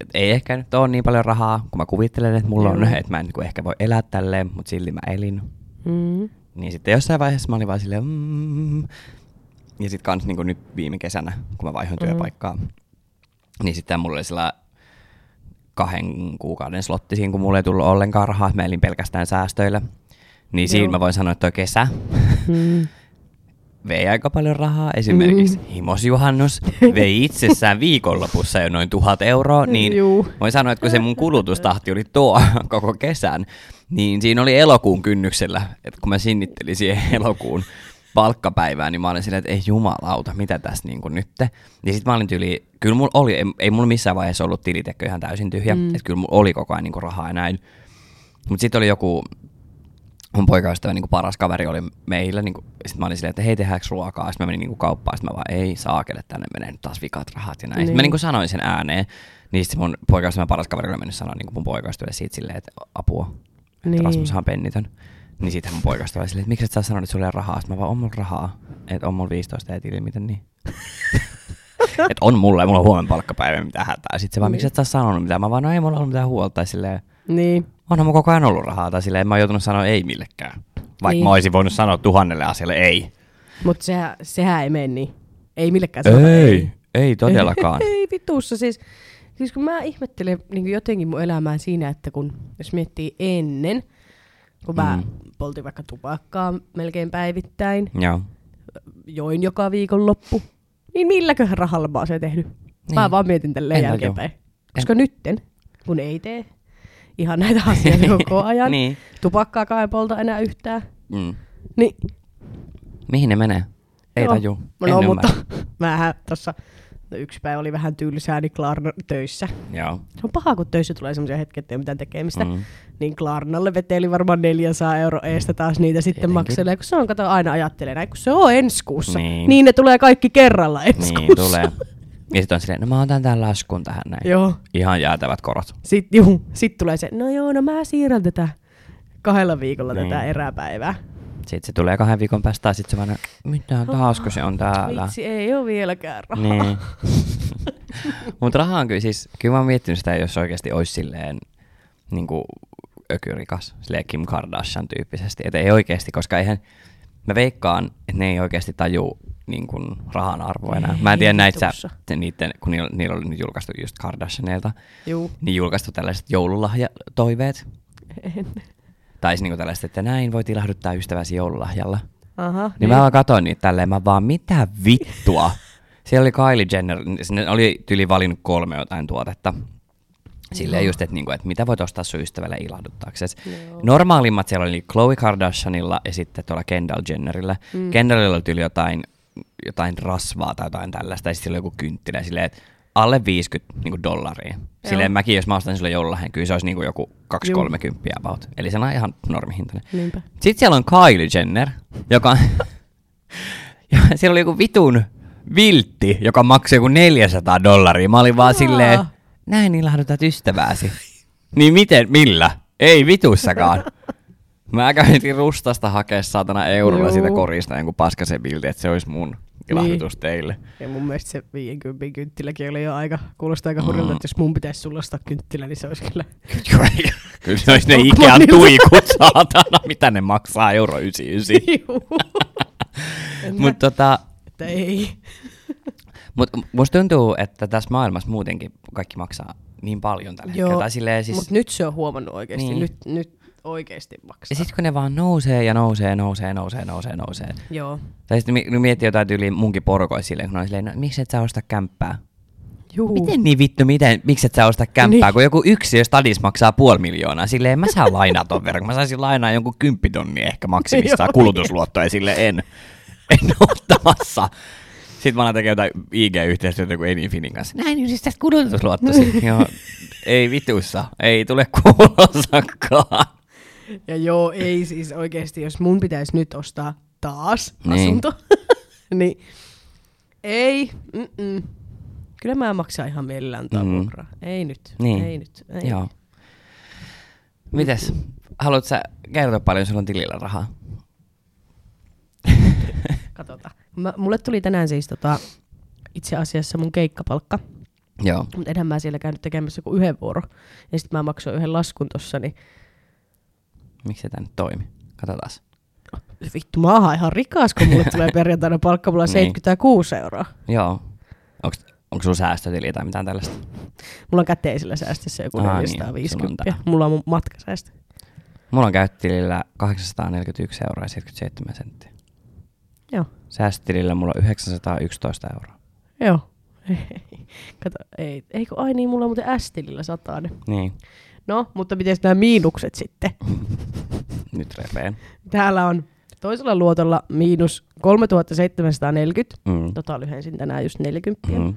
Speaker 1: et ei ehkä nyt ole niin paljon rahaa, kun mä kuvittelen, että mulla on,
Speaker 2: Joo.
Speaker 1: että mä en niinku ehkä voi elää tälleen, mutta silti mä elin.
Speaker 2: Mm.
Speaker 1: Niin sitten jossain vaiheessa mä olin vaan silleen, mm. ja sitten kans niinku nyt viime kesänä, kun mä vaihdoin
Speaker 2: Mm.
Speaker 1: mm. työpaikkaa, niin sitten mulla oli sillä kahden kuukauden slotti siinä, kun mulla ei tullut ollenkaan rahaa, mä elin pelkästään säästöillä. Niin
Speaker 2: Joo.
Speaker 1: siinä mä voin sanoa, että toi kesä,
Speaker 2: Mm.
Speaker 1: vei aika paljon rahaa. Esimerkiksi mm. himosjuhannus vei itsessään viikonlopussa jo noin tuhat euroa. Niin
Speaker 2: Juu.
Speaker 1: voin sanoa, että kun se mun kulutustahti oli tuo koko kesän, niin siinä oli elokuun kynnyksellä. Että kun mä sinnittelin siihen elokuun palkkapäivään, niin mä olin silleen, että ei jumalauta, mitä tässä niin nyt. Ja sitten mä olin tyyli, kyllä mulla oli, ei, ei mulla missään vaiheessa ollut tilitekö ihan täysin tyhjä, mm. että kyllä mulla oli koko ajan niin rahaa ja näin. Mutta sitten oli joku, mun poikaystävä niin paras kaveri oli meillä. Niin sitten mä olin silleen, että hei, tehdäänkö ruokaa? Sitten mä menin niin kauppaan, sitten mä vaan, ei saakele, tänne menee nyt taas vikat rahat ja näin. Niin.
Speaker 2: Niin.
Speaker 1: Sitten mä niin sanoin sen ääneen. Niin sitten mun poikaystävän paras kaveri oli mennyt sanoa niin mun poikaystävälle siitä silleen, että apua, että
Speaker 2: Niin.
Speaker 1: niin. Rasmushan on pennitön. Niin sitten mun poikaystävä oli silleen, että miksi et sä sanonut, että sulla ei ole rahaa? Sitten mä vaan, on mulla rahaa, että on mulla 15 ja tili, miten niin? että on mulla ja mulla on huomenna palkkapäivä, mitä hätää. Sitten se vaan, miksi et sä sanonut mitään? Mä vaan, no ei mulla ollut mitään huolta. Tai silleen,
Speaker 2: Niin.
Speaker 1: onhan mun koko ajan ollut rahaa, tai silleen en mä oon joutunut sanoa ei millekään. Vaikka
Speaker 2: Niin.
Speaker 1: niin. mä olisin voinut sanoa tuhannelle asialle ei.
Speaker 2: Mutta sehän, sehän ei mene niin. Ei millekään sanota
Speaker 1: Ei, ei todellakaan.
Speaker 2: Ei vitussa siis. Siis kun mä ihmettelen niin jotenkin mun elämää siinä, että kun jos miettii ennen, kun mä
Speaker 1: Mm.
Speaker 2: poltin vaikka tupakkaa melkein päivittäin,
Speaker 1: Joo.
Speaker 2: join joka viikonloppu, niin milläköhän rahalla mä oon se tehnyt? Mä
Speaker 1: Niin.
Speaker 2: vaan mietin tälleen
Speaker 1: En
Speaker 2: jälkeenpäin. Koska nytten, kun ei tee ihan näitä asioita koko ajan, niin.
Speaker 1: niin.
Speaker 2: tupakkaakaan ei polta enää yhtään,
Speaker 1: Mm.
Speaker 2: niin
Speaker 1: Mihin ne menee? Ei
Speaker 2: Joo.
Speaker 1: taju. En
Speaker 2: No,
Speaker 1: ymmärrä.
Speaker 2: mutta mähän tuossa no yksi päivä oli vähän tylsää, niin Klarna töissä.
Speaker 1: Joo.
Speaker 2: Se on paha, kun töissä tulee semmoisia hetkiä, että ei ole mitään tekemistä. Mm.
Speaker 1: Mm.
Speaker 2: Niin Klarnalle veteli varmaan 400 euroa eestä taas niitä sitten
Speaker 1: Tietenkin.
Speaker 2: makselee. Kun se on, kato, aina ajattelee näin, kun se on ensi kuussa. Niin,
Speaker 1: Niin.
Speaker 2: niin ne tulee kaikki kerralla ensi
Speaker 1: Niin
Speaker 2: kuussa.
Speaker 1: tulee. Ja sitten on silleen, no mä otan tämän laskun tähän näin.
Speaker 2: Joo.
Speaker 1: Ihan jäätävät korot.
Speaker 2: Sitten juu, sit tulee se, no joo, no mä siirrän tätä kahdella viikolla niin.
Speaker 1: Niin.
Speaker 2: tätä eräpäivää.
Speaker 1: Sitten se tulee kahden viikon päästä ja sitten se vaan, mitä taasko se on täällä.
Speaker 2: Ah, Vitsi, ei ole vieläkään rahaa.
Speaker 1: Niin. Mutta raha on kyllä siis, kyllä mä oon miettinyt sitä, jos oikeasti olisi silleen niin kuin ökyrikas, silleen Kim Kardashian tyyppisesti. Että ei oikeasti, koska eihän, mä veikkaan, että ne ei oikeasti taju niin kuin rahan arvoa enää. Mä en tiedä
Speaker 2: Ei
Speaker 1: näitä,
Speaker 2: vitussa.
Speaker 1: niiden, kun niillä, niillä oli nyt julkaistu just Kardashianilta,
Speaker 2: Juu.
Speaker 1: niin julkaistu tällaiset joululahjatoiveet.
Speaker 2: En.
Speaker 1: Tai niin kuin tällaiset, että näin voit ilahduttaa ystäväsi joululahjalla.
Speaker 2: Aha,
Speaker 1: Niin mä vaan katsoin niitä tälleen, mä vaan, mitä vittua? Siellä oli Kylie Jenner, sinne oli tyli valinnut kolme jotain tuotetta. Silleen
Speaker 2: Joo.
Speaker 1: just, että, niinku, että mitä voit ostaa sun ystävälle ilahduttaaksesi.
Speaker 2: Joo.
Speaker 1: Normaalimmat siellä oli Khloe Kardashianilla ja sitten tuolla Kendall Jennerillä. Mm. Kendallilla oli tyli jotain, jotain rasvaa tai jotain tällaista, ja sitten sillä oli joku kynttilä, silleen, että alle 50 niinku, dollaria. Silleen
Speaker 2: Joo.
Speaker 1: mäkin, jos mä ostan sulle jollain, kyllä se olisi niinku joku
Speaker 2: Juu.
Speaker 1: 2-30 about. Eli se on ihan normihintainen.
Speaker 2: Niinpä.
Speaker 1: Sitten siellä on Kylie Jenner, joka... ja siellä oli joku vitun viltti, joka maksoi joku 400 dollaria. Mä olin vaan
Speaker 2: Aa.
Speaker 1: silleen, näin ilahdutat ystävääsi. niin miten, millä? Ei vitussakaan. Mä kävin rustasta hakea saatana eurolla
Speaker 2: Juu.
Speaker 1: siitä korista jonkun paskasen vilti, että se olisi mun ilahdutus
Speaker 2: Niin.
Speaker 1: teille.
Speaker 2: Ja mun mielestä se 50 kynttiläkin oli jo aika, kuulostaa aika hurjalta,
Speaker 1: Mm.
Speaker 2: että jos mun pitäisi sulla ostaa kynttilä, niin se olisi kyllä.
Speaker 1: Kyllä se olisi ne
Speaker 2: Stockmannilta.
Speaker 1: Ikean tuikut, saatana, mitä ne maksaa, euro 99.
Speaker 2: Juu. En mä-
Speaker 1: Mutta tota,
Speaker 2: että ei.
Speaker 1: Mutta musta tuntuu, että tässä maailmassa muutenkin kaikki maksaa niin paljon tällä hetkellä. Tai silleen siis,
Speaker 2: Mutta nyt se on huomannut oikeasti. Niin.
Speaker 1: Niin.
Speaker 2: Nyt, nyt oikeasti
Speaker 1: ja
Speaker 2: maksaa.
Speaker 1: sit kun ne vaan nousee ja nousee, nousee, nousee, nousee, nousee.
Speaker 2: Joo.
Speaker 1: Tai sitten mi- miettii jotain tyyliä munkin porukoi silleen, kun ne on silleen, no miksi et sä osta kämppää?
Speaker 2: Juu.
Speaker 1: Miten niin vittu, miten, miksi et sä osta kämppää,
Speaker 2: Niin.
Speaker 1: niin. kun joku yksi, jos stadis maksaa puoli miljoonaa, silleen mä saan lainaa ton verran, mä saisin lainaa jonkun kymppitonni ehkä maksimista
Speaker 2: Joo.
Speaker 1: kulutusluottoa, ja sille en, en ottamassa. Sitten mä alan tekemään jotain IG-yhteistyötä kuin Eninfinin kanssa. Näin niin yhdistät kulutusluottosi. Joo, ei vitussa, ei tule kuulosakaan.
Speaker 2: Ja joo, ei siis oikeasti, jos mun pitäisi nyt ostaa taas niin.
Speaker 1: Niin.
Speaker 2: asunto, niin ei, mm-mm. kyllä mä maksan ihan mielellään antaa
Speaker 1: Mm.
Speaker 2: vuokraa. Ei nyt,
Speaker 1: Niin.
Speaker 2: ei nyt. Ei.
Speaker 1: Joo. Mites, haluatko sä kertoa paljon sulla on tilillä rahaa?
Speaker 2: Katsotaan. Mä, mulle tuli tänään siis tota, itse asiassa mun keikkapalkka,
Speaker 1: Joo.
Speaker 2: mutta enhän mä siellä käynyt tekemässä kuin yhden vuoro. Ja sitten mä maksoin yhden laskun tossa, niin
Speaker 1: Miksi se tää nyt toimi? Katsotaan.
Speaker 2: vittu, mä oon ihan rikas, kun mulle tulee perjantaina palkka, mulla on
Speaker 1: Niin.
Speaker 2: 76 euroa.
Speaker 1: Joo. Onko onko sulla säästötili tai mitään tällaista?
Speaker 2: Mulla on käteisellä säästössä joku
Speaker 1: Aa, niin,
Speaker 2: 450.
Speaker 1: sulla on
Speaker 2: mulla on mun matkasäästö.
Speaker 1: Mulla on käyttötilillä 841 euroa ja 77 senttiä.
Speaker 2: Joo.
Speaker 1: Säästötilillä mulla on 911 euroa.
Speaker 2: Joo. Kato, ei, ei kun, ai niin, mulla on muuten S-tilillä satainen.
Speaker 1: Niin.
Speaker 2: No, mutta miten nämä miinukset sitten?
Speaker 1: Nyt repeen.
Speaker 2: Täällä on toisella luotolla miinus 3740.
Speaker 1: Mm.
Speaker 2: Tota lyhensin tänään just 40. Mm.
Speaker 1: Mm.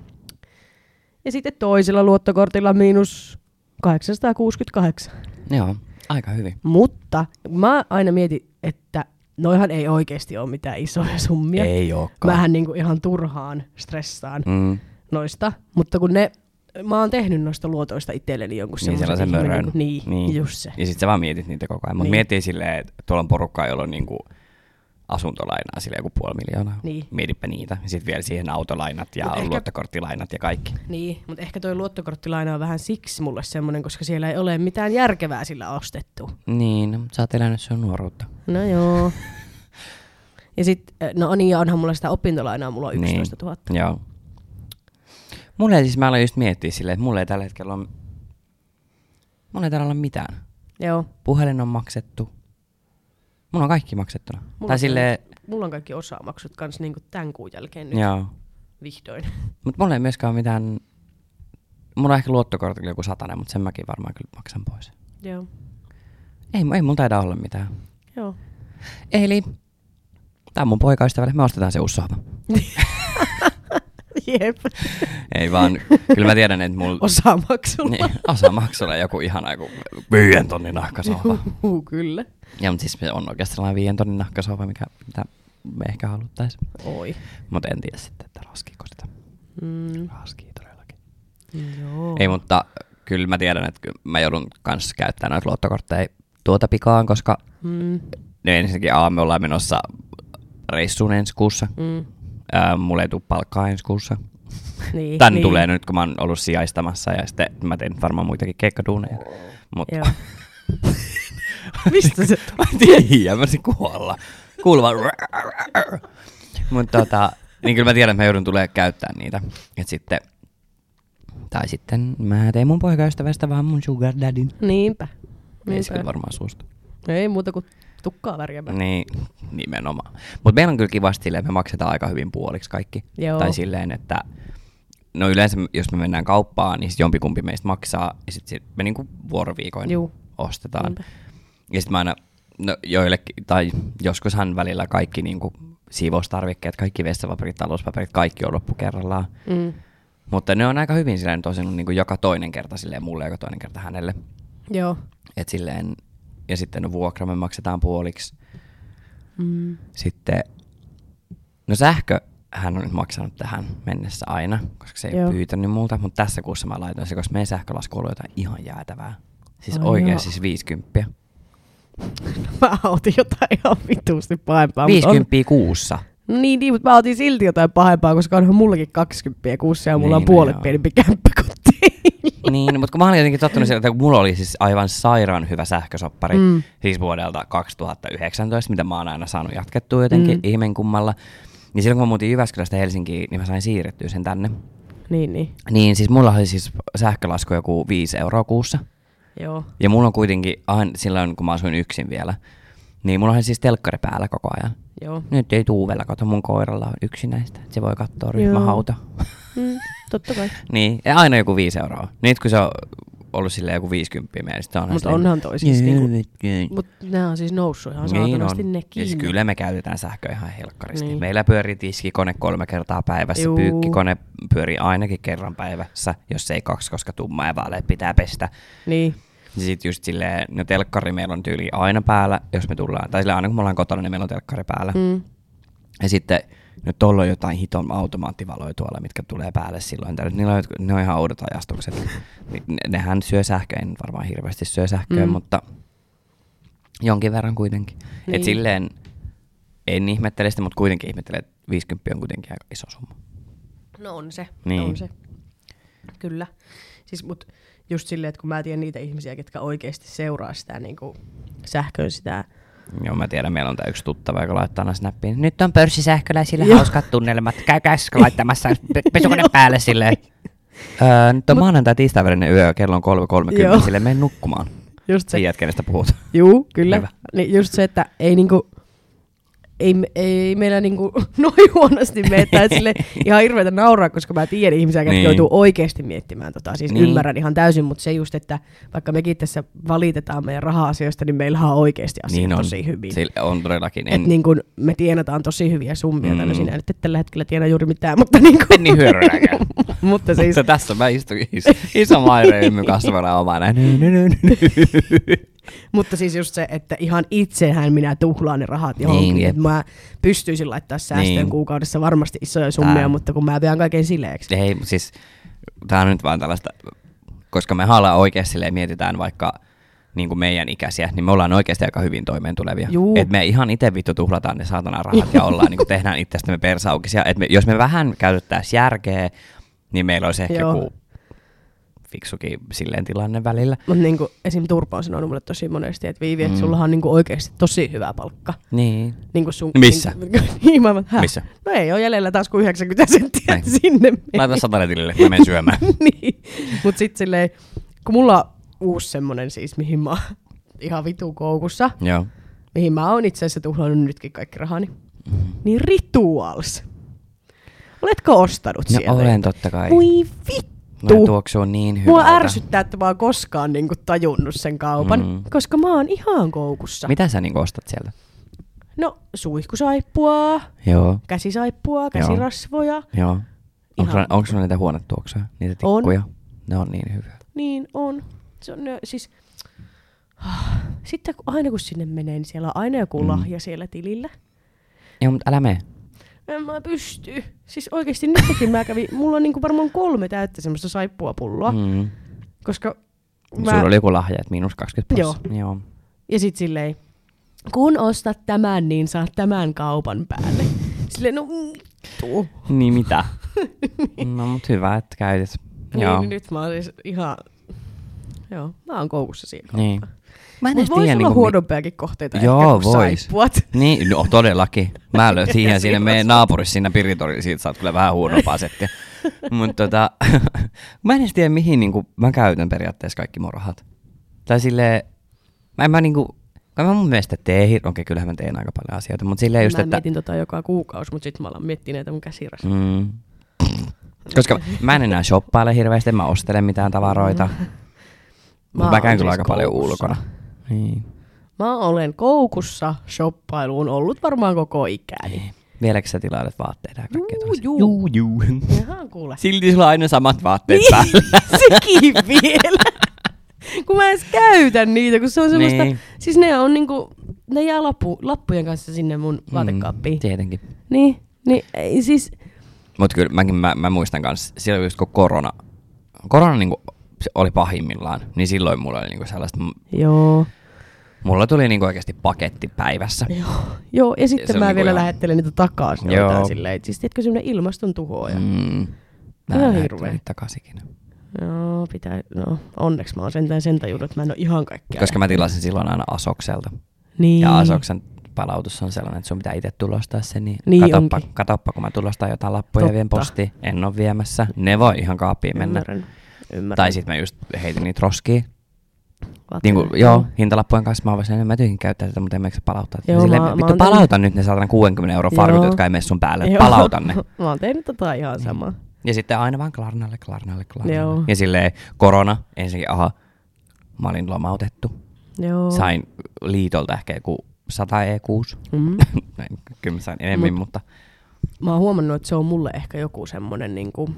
Speaker 2: Ja sitten toisella luottokortilla miinus 868.
Speaker 1: Joo, aika hyvin.
Speaker 2: Mutta mä aina mietin, että noihan ei oikeasti ole mitään isoja summia.
Speaker 1: Ei ookaan.
Speaker 2: Mähän niinku ihan turhaan stressaan.
Speaker 1: Mm.
Speaker 2: noista, mutta kun ne, mä oon tehnyt noista luotoista itselleni jonkun
Speaker 1: Niin
Speaker 2: semmoisen
Speaker 1: sellaisen
Speaker 2: ihminen,
Speaker 1: mörön.
Speaker 2: kun- Niin, niin, just se.
Speaker 1: Ja sit sä vaan mietit niitä koko ajan. Mut
Speaker 2: Niin.
Speaker 1: niin. miettii silleen, että tuolla on porukkaa, jolla on niinku asuntolainaa silleen joku puoli miljoonaa.
Speaker 2: Niin.
Speaker 1: Mietipä niitä. Ja sit vielä siihen autolainat ja
Speaker 2: Mut ehkä-
Speaker 1: luottokorttilainat ja kaikki.
Speaker 2: Niin, mutta ehkä toi luottokorttilaina on vähän siksi mulle semmoinen, koska siellä ei ole mitään järkevää sillä ostettu.
Speaker 1: Niin, no, mut sä oot elänyt sun nuoruutta.
Speaker 2: No joo. Ja sitten, no niin, ja onhan mulla sitä opintolainaa, mulla on
Speaker 1: Niin.
Speaker 2: 11 000.
Speaker 1: Joo. Mulla ei siis, mä aloin just miettiä silleen, että mulla ei tällä hetkellä ole, mulla ei täällä ole mitään.
Speaker 2: Joo.
Speaker 1: Puhelin on maksettu. Mulla on kaikki maksettuna. Mulla
Speaker 2: Mulla
Speaker 1: tai
Speaker 2: on
Speaker 1: silleen,
Speaker 2: Mulla on kaikki osamaksut kans niinku tämän kuun jälkeen nyt
Speaker 1: joo.
Speaker 2: vihdoin.
Speaker 1: Mut mulla ei myöskään ole mitään, mulla on ehkä luottokortilla joku satanen, mutta sen mäkin varmaan kyllä maksan pois.
Speaker 2: Joo.
Speaker 1: Ei, mu- ei mulla taida olla mitään.
Speaker 2: Joo.
Speaker 1: Eli, tää on mun poikaystävälle, me ostetaan se uusi sohva.
Speaker 2: Jep.
Speaker 1: Ei vaan, kyllä mä tiedän, että mulla...
Speaker 2: Osamaksulla.
Speaker 1: Niin, osamaksulla joku ihana joku viien tonnin nahkasohva.
Speaker 2: Juu, kyllä.
Speaker 1: Ja mutta siis se on oikeasti sellainen viien tonnin nahkasohva, mikä mitä me ehkä haluttaisiin.
Speaker 2: Oi.
Speaker 1: Mutta en tiedä sitten, että raskiiko sitä.
Speaker 2: Mm.
Speaker 1: Raskii todellakin.
Speaker 2: Joo.
Speaker 1: Ei, mutta kyllä mä tiedän, että kyllä mä joudun kanssa käyttämään noita luottokortteja tuota pikaan, koska
Speaker 2: Mm.
Speaker 1: no ensinnäkin A, me ollaan menossa reissuun ensi kuussa.
Speaker 2: Mm.
Speaker 1: Ää, mulle ei tule palkkaa ensi kuussa.
Speaker 2: Niin,
Speaker 1: Tän
Speaker 2: niin.
Speaker 1: tulee nyt, kun mä oon ollut sijaistamassa ja sitten mä teen varmaan muitakin keikkaduuneja. Mutta
Speaker 2: Joo. Mistä se
Speaker 1: Mä en tiedä, mä olisin kuolla. Kuuluva. Mutta tota, niin kyllä mä tiedän, että mä joudun tulee käyttää niitä. Et sitten, tai sitten mä teen mun poikaystävästä vaan mun sugar daddyn.
Speaker 2: Niinpä.
Speaker 1: Ei se
Speaker 2: Niinpä.
Speaker 1: kyllä varmaan suostu.
Speaker 2: Ei muuta kuin tukkaa värjämään.
Speaker 1: Niin, nimenomaan. Mutta meillä on kyllä kivasti silleen, että me maksetaan aika hyvin puoliksi kaikki.
Speaker 2: Joo.
Speaker 1: Tai silleen, että no yleensä jos me mennään kauppaan, niin sit jompikumpi meistä maksaa ja sitten me niinku vuoroviikoin
Speaker 2: Juu.
Speaker 1: ostetaan.
Speaker 2: Niinpä.
Speaker 1: Ja sitten mä aina, no joillekin, tai joskushan välillä kaikki niinku siivoustarvikkeet, kaikki vessapaperit, talouspaperit, kaikki on loppu kerrallaan.
Speaker 2: Mm.
Speaker 1: Mutta ne on aika hyvin silleen tosin niinku joka toinen kerta silleen mulle, joka toinen kerta hänelle.
Speaker 2: Joo.
Speaker 1: Et silleen, ja sitten no vuokra me maksetaan puoliksi.
Speaker 2: Mm.
Speaker 1: Sitten, no sähkö hän on nyt maksanut tähän mennessä aina, koska se ei Joo.
Speaker 2: Joo.
Speaker 1: pyytänyt multa, mutta tässä kuussa mä laitoin se, koska meidän sähkölasku oli jotain ihan jäätävää. Siis
Speaker 2: Ai joo.
Speaker 1: oikein siis 50.
Speaker 2: Mä otin jotain ihan vituusti pahempaa. mut
Speaker 1: 50 kuussa.
Speaker 2: On... Niin, niin, mutta mä otin silti jotain pahempaa, koska onhan mullakin 20 kuussa ja mulla
Speaker 1: Niin,
Speaker 2: on
Speaker 1: no
Speaker 2: puolet
Speaker 1: joo.
Speaker 2: pienempi kämppä kuin teillä.
Speaker 1: Niin, mutta kun mä olin jotenkin tottunut siihen, että kun mulla oli siis aivan sairaan hyvä sähkösoppari, mm.
Speaker 2: Mm.
Speaker 1: siis vuodelta 2019, mitä mä oon aina saanut jatkettua jotenkin mm.
Speaker 2: Mm.
Speaker 1: ihmeen kummalla. Niin silloin kun mä muutin Jyväskylästä Helsinkiin, niin mä sain siirrettyä sen tänne.
Speaker 2: Niin, niin.
Speaker 1: Niin siis mulla oli siis sähkölasku joku 5 euroa kuussa.
Speaker 2: Joo.
Speaker 1: Ja mulla on kuitenkin, aina, silloin kun mä asuin yksin vielä, niin mulla on siis telkkari päällä koko ajan.
Speaker 2: Joo.
Speaker 1: Nyt ei tuuvella, kato mun koiralla on yksinäistä, että se voi katsoa ryhmähauta.
Speaker 2: Mm, totta kai.
Speaker 1: Niin, ja aina joku 5 euroa. Nyt kun se on ollut sille joku 50 mielestä, onhan
Speaker 2: Mut onhan toi siis niinku-
Speaker 1: niin
Speaker 2: Mutta nämä on siis noussut ihan saatanasti nekin.
Speaker 1: Siis kyllä me käytetään sähköä ihan helkkaristi. Niin.
Speaker 2: Niin.
Speaker 1: Meillä pyörii tiskikone kolme kertaa päivässä, Juu.
Speaker 2: Juu.
Speaker 1: pyykkikone pyörii ainakin kerran päivässä, jos ei kaksi, koska tumma eväle pitää pestä.
Speaker 2: Niin.
Speaker 1: Ja sit just silleen, no telkkari meillä on tyyli aina päällä, jos me tullaan, tai sillä aina kun me ollaan kotona, niin meillä on telkkari päällä. Mm.
Speaker 2: Mm.
Speaker 1: Ja sitten, no tuolla on jotain hiton automaattivaloja tuolla, mitkä tulee päälle silloin. Tällä, niillä on, jotkut- ne on ihan oudot ajastukset. Ni- Ne, nehän syö sähköä, en varmaan hirveästi syö sähköä, mm.
Speaker 2: Mm.
Speaker 1: mutta jonkin verran kuitenkin. Niin. Et
Speaker 2: Niin.
Speaker 1: silleen, en ihmettele sitä, mutta kuitenkin ihmettelen, että 50 on kuitenkin aika iso summa.
Speaker 2: No on se,
Speaker 1: Niin.
Speaker 2: niin. on se. Kyllä. Siis mut just silleen, että kun mä tiedän niitä ihmisiä, ketkä oikeasti seuraa sitä niin kuin sähköön sitä.
Speaker 1: Joo, mä tiedän, meillä on tää yksi tuttava, joka laittaa aina snappiin. Nyt on pörssisähköläisillä
Speaker 2: Joo.
Speaker 1: hauskat tunnelmat. Käykää laittamassa pe- pesukone päälle silleen. Öö, nyt on Mut... maanantai tiistai välinen yö, kello on 3.30,
Speaker 2: Joo.
Speaker 1: silleen mene nukkumaan.
Speaker 2: Just se.
Speaker 1: Tiedät, kenestä puhut.
Speaker 2: Juu, kyllä.
Speaker 1: Hyvä.
Speaker 2: Niin just se, että ei niinku, ei, me- ei meillä niinku noin huonosti mene, tai että sille ihan hirveätä nauraa, koska mä tiedän ihmisiä, jotka
Speaker 1: Niin.
Speaker 2: niin. joutuu oikeasti miettimään tota. Siis
Speaker 1: Niin.
Speaker 2: niin. ymmärrän ihan täysin, mutta se just, että vaikka mekin tässä valitetaan meidän raha-asioista, niin meillä on oikeasti asiat niin tosi hyvin.
Speaker 1: Sille on todellakin. En,
Speaker 2: Et
Speaker 1: niin,
Speaker 2: niin kun me tienataan tosi hyviä summia, mm.
Speaker 1: Mm.
Speaker 2: no sinä nyt et tällä hetkellä tiena juuri mitään, mutta niin kuin,
Speaker 1: en niin hyödynnäkään.
Speaker 2: mutta siis,
Speaker 1: Mutta tässä mä istun iso, iso maire ymmy kasvana omaa näin. Ny, ny, ny, ny.
Speaker 2: mutta siis just se, että ihan itsehän minä tuhlaan ne rahat johonkin,
Speaker 1: Niin,
Speaker 2: niin,
Speaker 1: jep.
Speaker 2: että mä pystyisin laittaa säästöön
Speaker 1: Niin.
Speaker 2: niin. kuukaudessa varmasti isoja summia,
Speaker 1: Tää.
Speaker 2: mutta kun mä vean kaiken sileeksi.
Speaker 1: Ei, mut siis tää on nyt vaan tällaista, koska me ollaan oikeasti silleen, mietitään vaikka niin kuin meidän ikäisiä, niin me ollaan oikeasti aika hyvin toimeentulevia.
Speaker 2: Juu.
Speaker 1: Et me ihan itse vittu tuhlataan ne saatana rahat ja ollaan, niin kuin tehdään itsestämme persaukisia. Et me, jos me vähän käytettäisiin järkeä, niin meillä olisi ehkä
Speaker 2: Joo.
Speaker 1: joku fiksukin silleen tilanne välillä.
Speaker 2: Mutta niin esim. Turpa on sanonut mulle tosi monesti, että Viivi, että
Speaker 1: Mm.
Speaker 2: sulla on niin oikeasti tosi hyvä palkka.
Speaker 1: Niin.
Speaker 2: Niin kuin sun,
Speaker 1: Missä?
Speaker 2: Niin, niin, mä, oon, "Häh?"
Speaker 1: Missä?
Speaker 2: No ei ole jäljellä taas kuin 90 senttiä
Speaker 1: Näin.
Speaker 2: Näin. sinne. meni.
Speaker 1: Laita satalle tilille, mä menen syömään.
Speaker 2: niin. Mut sit silleen, kun mulla on uusi semmonen siis, mihin mä oon ihan vitu koukussa,
Speaker 1: Joo.
Speaker 2: mihin mä oon itse asiassa tuhlannut nytkin kaikki rahani, niin Rituals. Oletko ostanut
Speaker 1: No
Speaker 2: sieltä?
Speaker 1: olen totta kai.
Speaker 2: Voi
Speaker 1: Noin
Speaker 2: vittu!
Speaker 1: tuoksuu niin hyvältä.
Speaker 2: Mua ärsyttää, että mä oon koskaan niinku tajunnut sen kaupan,
Speaker 1: Mm.
Speaker 2: mm. koska mä oon ihan koukussa.
Speaker 1: Mitä sä niin ostat sieltä?
Speaker 2: No, suihkusaippua,
Speaker 1: Joo.
Speaker 2: käsisaippua, käsirasvoja,
Speaker 1: Joo. Onko
Speaker 2: Ihan
Speaker 1: sulla, onko sulla niitä huonetuoksuja? Niitä
Speaker 2: On.
Speaker 1: tikkuja? Ne on niin hyviä.
Speaker 2: niin on. Se on ne, siis... ah, Sitten kun, aina kun sinne menee, niin siellä on aina joku
Speaker 1: Mm.
Speaker 2: mm. lahja siellä tilillä.
Speaker 1: Joo, mutta älä mene.
Speaker 2: En mä pysty. Siis oikeesti nytkin mä kävin, mulla on niinku varmaan kolme täyttä semmoista saippuapulloa, mm.
Speaker 1: Mm.
Speaker 2: koska
Speaker 1: Mä... Sulla oli joku lahja, että miinus 20 prosenttia. Joo. Joo.
Speaker 2: Ja sit silleen, kun ostat tämän, niin saat tämän kaupan päälle. Silleen, no mm, tuu.
Speaker 1: Niin mitä? no mut hyvä, että käytit. Joo.
Speaker 2: Niin, niin nyt mä oon siis ihan... Joo, mä oon koukussa siinä.
Speaker 1: Niin. Mä en
Speaker 2: Mut
Speaker 1: edes tiedä
Speaker 2: vois olla
Speaker 1: niinku
Speaker 2: niinku
Speaker 1: mi-
Speaker 2: huonompiakin kohteita
Speaker 1: Joo,
Speaker 2: ehkä kuin
Speaker 1: vois.
Speaker 2: saippuat.
Speaker 1: Niin, no todellakin. Mä löydän siihen siinä
Speaker 2: Siinä
Speaker 1: meidän
Speaker 2: on-
Speaker 1: naapurissa siinä Piritorilla, siitä saat kyllä vähän huonompaa settiä. Mutta tota, mä en edes tiedä mihin niin mä käytän periaatteessa kaikki mun rahat. Tai silleen, mä en mä niinku, kai mä mun mielestä tee, hir- okei kyllähän mä teen aika paljon asioita, mutta silleen just,
Speaker 2: mä
Speaker 1: että...
Speaker 2: mietin tota joka kuukausi, mutta sit mä alan miettiä näitä mun käsirasvoja.
Speaker 1: Mm. Koska mä en enää shoppaile hirveästi, en mä ostele mitään tavaroita.
Speaker 2: Mä
Speaker 1: Mä, mä käyn
Speaker 2: oon
Speaker 1: kyllä
Speaker 2: siis
Speaker 1: aika paljon
Speaker 2: koukussa.
Speaker 1: ulkona. Niin.
Speaker 2: Mä olen koukussa shoppailuun ollut varmaan koko ikäni.
Speaker 1: Niin. Vieläkö sä tilailet vaatteita ja kaikkea
Speaker 2: Juu,
Speaker 1: tollasia?
Speaker 2: juu.
Speaker 1: juu, juu.
Speaker 2: Ihan kuule.
Speaker 1: Silti sulla on aina samat vaatteet
Speaker 2: Niin,
Speaker 1: päällä.
Speaker 2: Sekin vielä. kun mä edes käytän niitä, kun se on semmoista...
Speaker 1: Niin.
Speaker 2: Niin. Siis ne on niinku... Ne jää lappu, lappujen kanssa sinne mun vaatekaappiin.
Speaker 1: Mm, tietenkin.
Speaker 2: Niin, niin ei siis...
Speaker 1: Mutta kyllä mäkin, mä, mä muistan kanssa, silloin just kun korona, korona niinku se oli pahimmillaan, niin silloin mulla oli niinku sellaista,
Speaker 2: Joo.
Speaker 1: mulla tuli niinku oikeasti paketti päivässä.
Speaker 2: Joo, joo ja
Speaker 1: Se
Speaker 2: sitten
Speaker 1: on
Speaker 2: mä
Speaker 1: niinku
Speaker 2: vielä
Speaker 1: ihan-
Speaker 2: lähettelen niitä takaisin.
Speaker 1: Joo.
Speaker 2: Joo. Silleen, et siis tiedätkö semmoinen ilmaston tuhoaja. Mm.
Speaker 1: Mm. Mä en
Speaker 2: Ihan hirveä.
Speaker 1: lähtenyt niitä takaisinkin.
Speaker 2: Joo, pitää, no onneksi mä oon sentään sen tajunnut, että mä en ole ihan kaikkea.
Speaker 1: Koska mä tilasin silloin aina Asokselta.
Speaker 2: niin.
Speaker 1: Ja Asoksen palautus on sellainen, että sun pitää itse tulostaa se, niin,
Speaker 2: Niin
Speaker 1: katoppa,
Speaker 2: onkin.
Speaker 1: katoppa, kun mä tulostan jotain lappuja ja
Speaker 2: Totta.
Speaker 1: vien postiin. En ole viemässä. Ne voi ihan kaappiin mennä.
Speaker 2: Ymmärrän. Ymmärrän.
Speaker 1: Tai sitten mä just heitin niitä roskiin.
Speaker 2: Vaatteet.
Speaker 1: Niin kuin, joo, hintalappujen kanssa mä olisin, mä tyhjin käyttää tätä, mutta en mä palauttaa. Joo,
Speaker 2: Joo,
Speaker 1: Silleen,
Speaker 2: mä-
Speaker 1: mä,
Speaker 2: mä
Speaker 1: vittu,
Speaker 2: oon
Speaker 1: palauta nyt ne 160 euron farkut,
Speaker 2: Joo.
Speaker 1: jotka ei mene sun päälle.
Speaker 2: Joo.
Speaker 1: Palauta ne.
Speaker 2: mä oon tehnyt tota ihan samaa.
Speaker 1: Ja sitten aina vaan klarnalle, klarnalle, klarnalle. Joo.
Speaker 2: Joo.
Speaker 1: Ja silleen korona, ensinnäkin aha, mä olin lomautettu.
Speaker 2: Joo.
Speaker 1: Niin. Sain liitolta ehkä joku 100 E6.
Speaker 2: Mm.
Speaker 1: Näin, Kyllä mä sain enemmän,
Speaker 2: Mut-
Speaker 1: mutta
Speaker 2: Mä oon huomannut, että se on mulle ehkä joku semmonen niinku,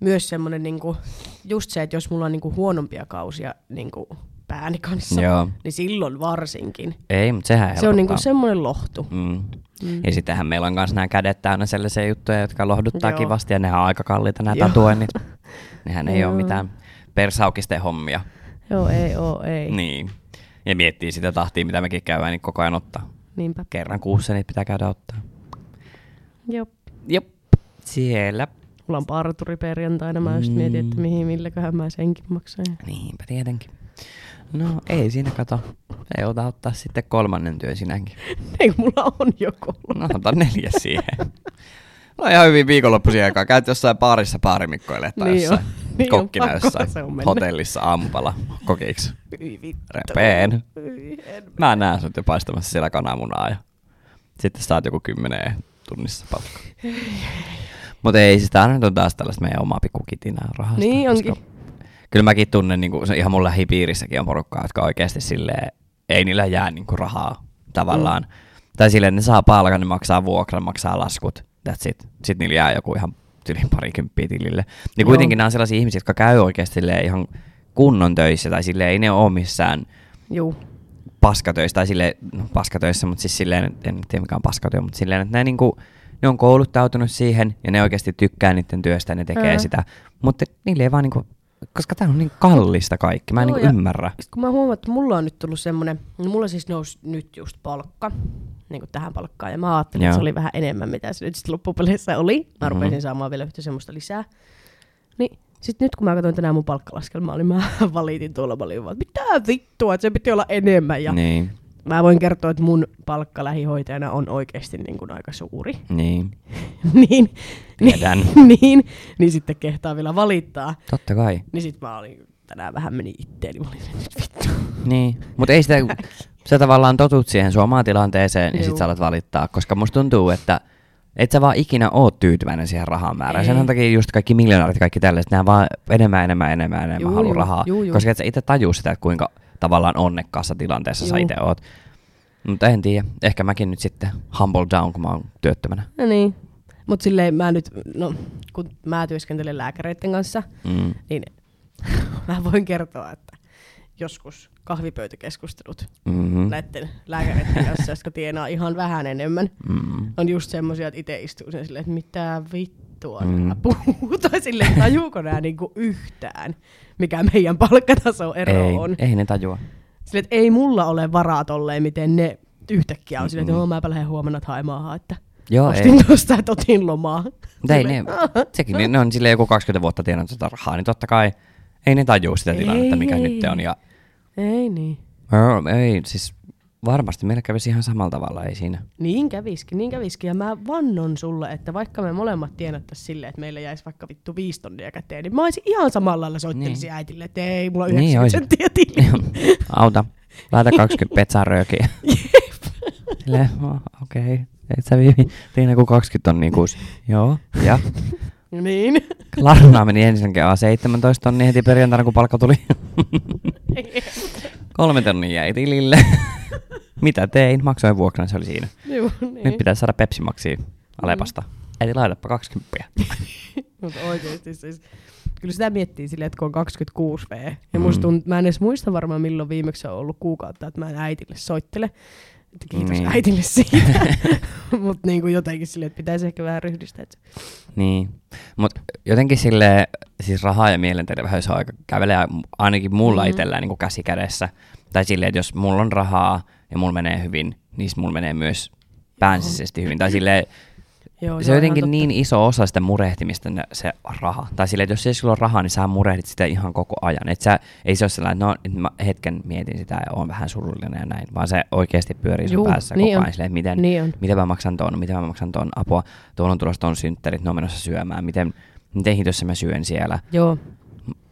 Speaker 2: myös semmonen niinku, just se, että jos mulla on niinku huonompia kausia niinku pääni kanssa,
Speaker 1: Joo.
Speaker 2: niin silloin varsinkin.
Speaker 1: ei, mutta sehän helpottaa.
Speaker 2: Se on niinku semmoinen lohtu.
Speaker 1: Mm. Mm. Ja sittenhän meillä on myös nämä kädet täynnä sellaisia juttuja, jotka lohduttaa Joo.
Speaker 2: Joo.
Speaker 1: kivasti ja nehän on aika kalliita nämä
Speaker 2: Joo.
Speaker 1: tatuoinnit. Nehän ei ole
Speaker 2: Joo.
Speaker 1: mitään persaukisten hommia.
Speaker 2: Joo, ei oo, ei.
Speaker 1: Niin. Ja miettii sitä tahtia, mitä mekin käydään, niin koko ajan ottaa.
Speaker 2: Niinpä.
Speaker 1: Kerran kuussa niitä pitää käydä ottaa.
Speaker 2: Joo.
Speaker 1: Jop. Siellä.
Speaker 2: Mulla on parturi perjantaina, mä
Speaker 1: Mm.
Speaker 2: just mietin, että mihin, milläköhän mä senkin maksan.
Speaker 1: Niinpä tietenkin. No ei siinä kato. Ei ota ottaa sitten kolmannen työn sinäkin.
Speaker 2: Ei, mulla on joku.
Speaker 1: No ota neljä siihen. No ihan hyvin viikonloppuisia aikaa. Käyt jossain baarissa baarimikkoille tai
Speaker 2: Niin on.
Speaker 1: jossain
Speaker 2: Niin on,
Speaker 1: kokkina
Speaker 2: pakkohan
Speaker 1: jossain
Speaker 2: se on mennä.
Speaker 1: hotellissa aamupala kokiksi.
Speaker 2: Hyi vittu.
Speaker 1: Repeen.
Speaker 2: Hyi en.
Speaker 1: Mä näen sut jo paistamassa siellä kananmunaa ja sitten saat joku 10 tunnissa palkkaa. Mutta ei, siis tää nyt on taas tällaista meidän omaa pikkukitinää rahasta.
Speaker 2: Niin onkin.
Speaker 1: koska Kyllä mäkin tunnen, niin kuin, ihan mun lähipiirissäkin on porukkaa, jotka oikeasti silleen, ei niillä jää niin kuin, rahaa tavallaan. Mm. Tai silleen ne saa palkan, ne maksaa vuokran, maksaa laskut, that's it. Sitten niillä jää joku ihan yli parikymppiä tilille. Niin
Speaker 2: Joo.
Speaker 1: kuitenkin nämä on sellaisia ihmisiä, jotka käy oikeasti silleen ihan kunnon töissä, tai silleen ei ne ole missään
Speaker 2: Juu.
Speaker 1: paskatöissä, tai silleen, no paskatöissä, mutta siis silleen, en en tiedä mikä on paskatyö, mutta silleen, että ne, niinku, ne on kouluttautunut siihen, ja ne oikeasti tykkää niiden työstä, ja ne tekee
Speaker 2: Mm.
Speaker 1: sitä. Mutta niille ei vaan niinku, koska tämä on niin kallista kaikki, mä en
Speaker 2: Joo,
Speaker 1: niinku
Speaker 2: ja
Speaker 1: ymmärrä.
Speaker 2: Sitten kun mä huomaan, että mulla on nyt tullut semmoinen, no mulla siis nousi nyt just palkka, niin kuin tähän palkkaan, ja mä ajattelin,
Speaker 1: Joo.
Speaker 2: että se oli vähän enemmän, mitä se nyt sitten loppupeleissä oli. Mä
Speaker 1: Mhm.
Speaker 2: mm-hmm. rupesin saamaan vielä yhtä semmoista lisää. Niin Sitten nyt kun mä katsoin tänään mun palkkalaskelmaa, niin mä valitin tuolla paljon vaan, että mitä vittua, että se piti olla enemmän. Ja
Speaker 1: Niin,
Speaker 2: mä voin kertoa, että mun palkka lähihoitajana on oikeasti niin kuin aika suuri.
Speaker 1: niin,
Speaker 2: niin,
Speaker 1: Tiedän.
Speaker 2: niin, niin, niin sitten kehtaa vielä valittaa.
Speaker 1: totta kai.
Speaker 2: Niin sitten mä olin, tänään vähän meni itteeni, mä olin nyt vittu.
Speaker 1: Niin, mutta ei sitä, sä tavallaan totut siihen sun omaan tilanteeseen ja sit
Speaker 2: Juu.
Speaker 1: sä alat valittaa, koska musta tuntuu, että et sä vaan ikinä oo tyytyväinen siihen rahan määrään.
Speaker 2: Ei.
Speaker 1: Sen takia just kaikki miljonäärit ja kaikki tällaiset, nämä vaan enemmän, enemmän, enemmän, enemmän
Speaker 2: Juu,
Speaker 1: haluaa
Speaker 2: juu,
Speaker 1: rahaa.
Speaker 2: juu, juu.
Speaker 1: Koska et sä itse tajuu sitä, että kuinka tavallaan onnekkaassa tilanteessa sä
Speaker 2: Juu.
Speaker 1: itse oot. Mutta en tiedä, ehkä mäkin nyt sitten humble down, kun mä oon työttömänä.
Speaker 2: No niin. Mutta silleen mä nyt, no kun mä työskentelen lääkäreiden kanssa,
Speaker 1: Mm.
Speaker 2: niin mä voin kertoa, että joskus kahvipöytäkeskustelut
Speaker 1: Mm-hmm.
Speaker 2: näiden lääkäreiden kanssa, jotka tienaa ihan vähän enemmän,
Speaker 1: Mm.
Speaker 2: on just semmoisia, että itse istuu sen silleen, että mitä vittua
Speaker 1: Mm.
Speaker 2: mm. nämä puhuu, tai silleen, tajuuko nämä niinku yhtään, mikä meidän palkkataso ero
Speaker 1: Ei,
Speaker 2: on.
Speaker 1: ei ne tajua.
Speaker 2: Silleen, että ei mulla ole varaa tolleen, miten ne yhtäkkiä on silleen, että
Speaker 1: Mm-mm.
Speaker 2: joo, mäpä lähden huomenna haimaahan, että
Speaker 1: Joo, ei.
Speaker 2: ostin tuosta, että otin lomaa.
Speaker 1: Mutta ei ne,
Speaker 2: Silleen,
Speaker 1: sekin, niin ne- ne on silleen joku 20 vuotta tienannut sitä rahaa, niin totta kai ei ne tajuu sitä
Speaker 2: Ei,
Speaker 1: tilannetta, mikä
Speaker 2: ei.
Speaker 1: nyt on. Ja,
Speaker 2: Ei niin.
Speaker 1: Joo, ei, siis varmasti meillä kävisi ihan samalla tavalla, ei siinä.
Speaker 2: Niin käviskin, niin käviskin. Ja mä vannon sulle, että vaikka me molemmat tienattaisiin silleen, että meillä jäisi vaikka vittu viisi tonnia käteen, niin mä olisin ihan samalla lailla soittelisin
Speaker 1: Niin.
Speaker 2: niin. äitille, että ei, mulla on
Speaker 1: Niin
Speaker 2: 90
Speaker 1: olisit.
Speaker 2: senttiä tili.
Speaker 1: Auta, laita 20 petsaa röökiä. Silleen, oh, okei, okay. et sä viivi, Tiina kun 20 on niin kuusi. Joo, ja.
Speaker 2: niin.
Speaker 1: Larnaa meni ensinnäkin A17 tonni heti perjantaina, kun palkka tuli. Kolme tonnia jäi tilille. Mitä tein? Maksoin vuokran, se oli siinä.
Speaker 2: Juu, niin. Mm.
Speaker 1: Nyt pitää saada Pepsi Maxia Alepasta. Eli laitapa 20.
Speaker 2: Mutta oikeesti siis. Kyllä sitä miettii silleen, että kun on 26 V. Ja musta
Speaker 1: Mm.
Speaker 2: tunt, mä en edes muista varmaan milloin viimeksi se on ollut kuukautta, että mä en äitille soittele. Että kiitos
Speaker 1: Niin.
Speaker 2: niin. äitille siitä. Mutta niinku jotenkin silleen, että pitäisi ehkä vähän ryhdistää. että se-
Speaker 1: Niin. Mutta jotenkin sille siis rahaa ja mielenterveys on aika kävelee ainakin mulla mm-hmm.
Speaker 2: Mm.
Speaker 1: itsellään niin käsi kädessä. Tai silleen, että jos mulla on rahaa ja mulla menee hyvin, niin mulla menee myös päänsisesti hyvin. Tai silleen,
Speaker 2: Joo,
Speaker 1: se on
Speaker 2: ihan
Speaker 1: jotenkin
Speaker 2: totta.
Speaker 1: niin iso osa sitä murehtimista, ne- se raha. Tai silleen, että jos ei sulla ole rahaa, niin sä murehdit sitä ihan koko ajan. Et sä, ei se ole sellainen, että no nyt mä hetken mietin sitä ja oon vähän surullinen ja näin, vaan se oikeasti pyörii sun
Speaker 2: Juu,
Speaker 1: päässä
Speaker 2: niin
Speaker 1: koko ajan.
Speaker 2: on.
Speaker 1: Silleen, että miten,
Speaker 2: Niin on.
Speaker 1: miten mä maksan ton, miten mä maksan ton apua, tuolla on tulossa ton synttärit, ne on menossa syömään, miten, miten hitossa mä syön siellä.
Speaker 2: Joo.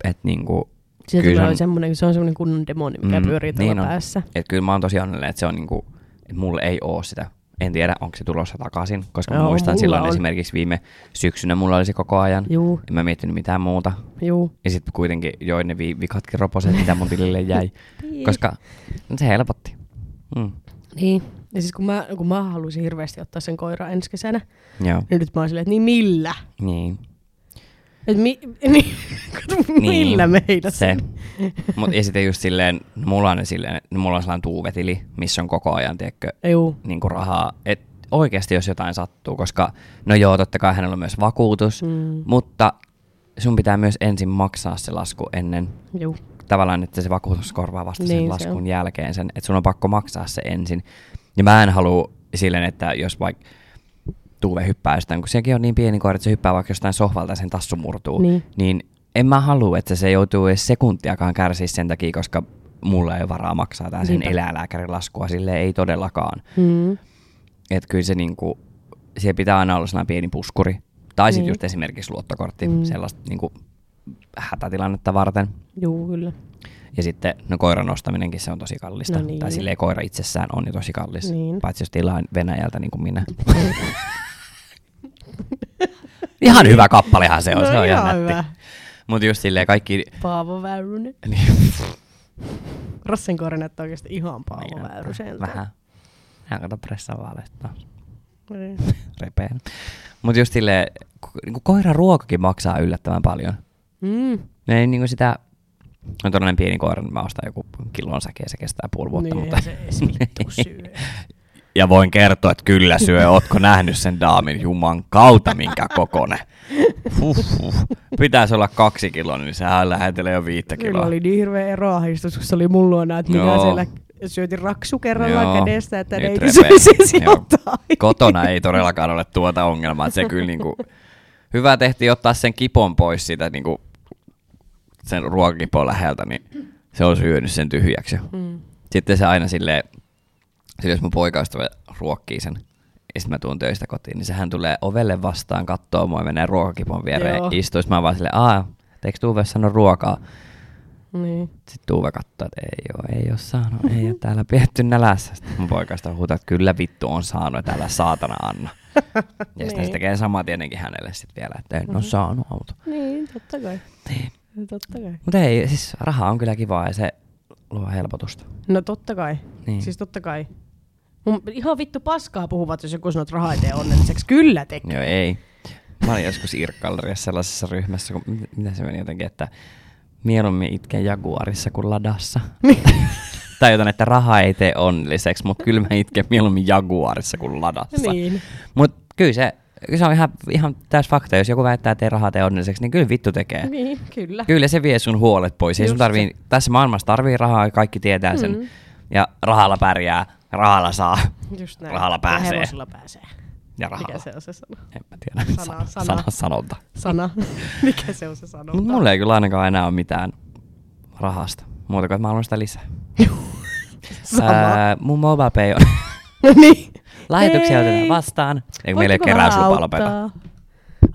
Speaker 1: Et niinku,
Speaker 2: Se
Speaker 1: kyllä se
Speaker 2: tulee se
Speaker 1: on-
Speaker 2: on... semmoinen, se on semmoinen kunnon demoni, mikä
Speaker 1: Mm,
Speaker 2: mm, pyörii tuolla
Speaker 1: niin on.
Speaker 2: niin päässä.
Speaker 1: et kyllä mä oon tosi onnellinen, että se on niinku, että mulla ei oo sitä. En tiedä, onko se tulossa takaisin, koska mä
Speaker 2: Joo,
Speaker 1: muistan
Speaker 2: mulla
Speaker 1: silloin
Speaker 2: on.
Speaker 1: esimerkiksi viime syksynä mulla oli se koko ajan.
Speaker 2: Juu,
Speaker 1: En mä miettinyt mitään muuta.
Speaker 2: juu.
Speaker 1: Ja sitten kuitenkin join ne vi- vikatkin roposet, mitä mun tilille jäi. koska se helpotti. Mm.
Speaker 2: Niin. Ja siis kun mä, kun mä halusin hirveästi ottaa sen koiran ensi kesänä,
Speaker 1: Joo,
Speaker 2: niin nyt mä oon silleen, että niin millä?
Speaker 1: niin.
Speaker 2: Et mi, niin, kato, millä
Speaker 1: niin.
Speaker 2: meitä
Speaker 1: se.
Speaker 2: sen?
Speaker 1: Mut, ja sitten just silleen, mulla on, ne silleen, mulla on sellainen tuuvetili, missä on koko ajan, tiedätkö,
Speaker 2: Juu,
Speaker 1: niin kuin rahaa, että oikeasti jos jotain sattuu, koska no joo, totta kai hänellä on myös vakuutus, mm.
Speaker 2: Mm.
Speaker 1: mutta sun pitää myös ensin maksaa se lasku ennen
Speaker 2: juu.
Speaker 1: tavallaan, että se vakuutus korvaa vasta sen
Speaker 2: Niin, se
Speaker 1: laskun
Speaker 2: on.
Speaker 1: jälkeen sen, että sun on pakko maksaa se ensin. Ja mä en halua silleen, että jos vaikka Tuuve hyppää jostain, kun sekin on niin pieni koira, että se hyppää vaikka jostain sohvalta ja sen tassu murtuu,
Speaker 2: Niin.
Speaker 1: niin en mä halua, että se joutuu edes sekuntiakaan kärsiä sen takia, koska mulla ei ole varaa maksaa tää sen
Speaker 2: Niinpä.
Speaker 1: eläinlääkärin laskua, sille ei todellakaan.
Speaker 2: Mm.
Speaker 1: Et kyllä se niinku, siellä pitää aina olla sellainen pieni puskuri. Tai sitten
Speaker 2: Niin.
Speaker 1: just esimerkiksi luottokortti, mm.
Speaker 2: Mm.
Speaker 1: sellaista niinku hätätilannetta varten.
Speaker 2: Juu, kyllä.
Speaker 1: Ja sitten, no koiran ostaminenkin se on tosi kallista.
Speaker 2: No niin.
Speaker 1: Tai silleen koira itsessään on jo tosi kallis.
Speaker 2: Niin.
Speaker 1: Paitsi jos tilaan Venäjältä niin kuin minä. ihan hyvä kappalehan se on, se on ihan,
Speaker 2: No hyvä.
Speaker 1: nätti. Mutta just silleen kaikki...
Speaker 2: Paavo Väyrynen.
Speaker 1: Niin,
Speaker 2: Rassen koira näyttää oikeasti ihan Paavo Väyryseltä.
Speaker 1: Niin, Vähän. Hän kato pressan valetta.
Speaker 2: Niin.
Speaker 1: repeän. Mutta just silleen, ku- niinku koiran ruokakin maksaa yllättävän paljon.
Speaker 2: Mm.
Speaker 1: Ne ei niinku sitä, on tollainen pieni koira, niin mä ostan joku kilon säki ja se kestää puoli vuotta.
Speaker 2: Niin,
Speaker 1: mutta...
Speaker 2: eihän se edes vittu syö.
Speaker 1: ja voin kertoa, että kyllä syö. Ootko nähnyt sen daamin juman kautta, minkä kokonen? Huhhuh. Pitäisi olla kaksi kiloa, niin sehän lähetelee jo viittä
Speaker 2: Kyllä
Speaker 1: kiloa.
Speaker 2: oli niin hirveä eroahdistus, kun se oli mulla luona, että minä
Speaker 1: Joo.
Speaker 2: siellä syötin raksu kerrallaan
Speaker 1: Joo.
Speaker 2: kädestä, että
Speaker 1: Nyt
Speaker 2: ne ei
Speaker 1: repeä.
Speaker 2: siis
Speaker 1: Joo.
Speaker 2: jotain.
Speaker 1: Kotona ei todellakaan ole tuota ongelmaa. että Se kyllä niinku, hyvä tehtiin ottaa sen kipon pois siitä niinku sen ruokakipoon läheltä, niin se on syönyt sen tyhjäksi.
Speaker 2: Mm.
Speaker 1: Sitten se aina silleen, sille jos mun poikaystävä ruokkii sen, ja sitten mä tuun töistä kotiin, niin sehän tulee ovelle vastaan, kattoo mua, menee ruokakipon viereen,
Speaker 2: Joo.
Speaker 1: Joo. istuis. Mä oon vaan silleen, aa, eikö Tuve sano ruokaa?
Speaker 2: Niin.
Speaker 1: Sitten Tuve katsoo, että ei oo, ei oo saanut, ei oo täällä pietty nälässä. Sitten mun poikaista huutaa, että kyllä vittu on saanut, että älä saatana anna. Ja sitten
Speaker 2: Niin.
Speaker 1: se tekee sama tietenkin hänelle sitten vielä, että en mm-hmm. ole saanut auto.
Speaker 2: Niin, totta kai.
Speaker 1: Niin.
Speaker 2: Totta kai.
Speaker 1: Mutta ei, siis raha on kyllä kivaa ja se luo helpotusta.
Speaker 2: No totta kai. Niin.
Speaker 1: Niin.
Speaker 2: Siis totta kai. Mun ihan vittu paskaa puhuvat, jos joku sanoo, että raha ei tee onnelliseksi. Kyllä tekee.
Speaker 1: Joo, ei. Mä olin joskus Irkkalleriassa sellaisessa ryhmässä, kun, mit- mitä se meni jotenkin, että mieluummin itken Jaguarissa kuin Ladassa.
Speaker 2: Niin.
Speaker 1: tai jotain, että raha ei tee onnelliseksi, mutta kyllä mä itken mieluummin Jaguarissa kuin Ladassa.
Speaker 2: Niin.
Speaker 1: Mutta kyllä se, kyllä se on ihan, ihan täys fakta, jos joku väittää, että ei raha tee onnelliseksi, niin kyllä vittu tekee.
Speaker 2: Niin, kyllä.
Speaker 1: Kyllä se vie sun huolet pois. Ei
Speaker 2: Just
Speaker 1: sun tarvii, tässä maailmassa tarvii rahaa, ja kaikki tietää sen.
Speaker 2: Mm.
Speaker 1: Mm. Ja rahalla pärjää, rahalla saa
Speaker 2: Just näin.
Speaker 1: Rahalla pääsee.
Speaker 2: Ja hevosella pääsee.
Speaker 1: ja
Speaker 2: Mikä
Speaker 1: rahalla.
Speaker 2: se on se sana?
Speaker 1: En mä tiedä.
Speaker 2: Sana-
Speaker 1: Sana, sana.
Speaker 2: sana.
Speaker 1: sana sanonta.
Speaker 2: Sana. Mikä se No, on se sana?
Speaker 1: Mutta mulla ei kyllä ainakaan enää ole mitään rahasta. Muuta kuin, että mä haluan sitä lisää.
Speaker 2: Sama.
Speaker 1: Ää, mun MobilePay on...
Speaker 2: niin.
Speaker 1: Lähetyksiä
Speaker 2: Hei!
Speaker 1: otetaan vastaan. Ei kun meillä ei
Speaker 2: Voitteko
Speaker 1: kerää
Speaker 2: vähän
Speaker 1: sulla
Speaker 2: auttaa?
Speaker 1: lopeta.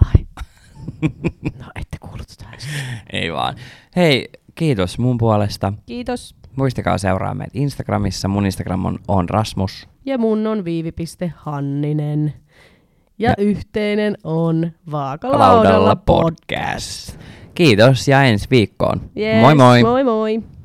Speaker 2: Ai. No ette kuullut sitä.
Speaker 1: Ei vaan. Hei, kiitos mun puolesta.
Speaker 2: Kiitos.
Speaker 1: Muistakaa seuraa meitä Instagramissa. Mun Instagram on, on Rasmus.
Speaker 2: Ja mun on viivipiste Hanninen. Ja, ja. yhteinen on Vaakalaudalla podcast.
Speaker 1: Kiitos ja ensi viikkoon.
Speaker 2: Yes,
Speaker 1: moi moi.
Speaker 2: Moi moi.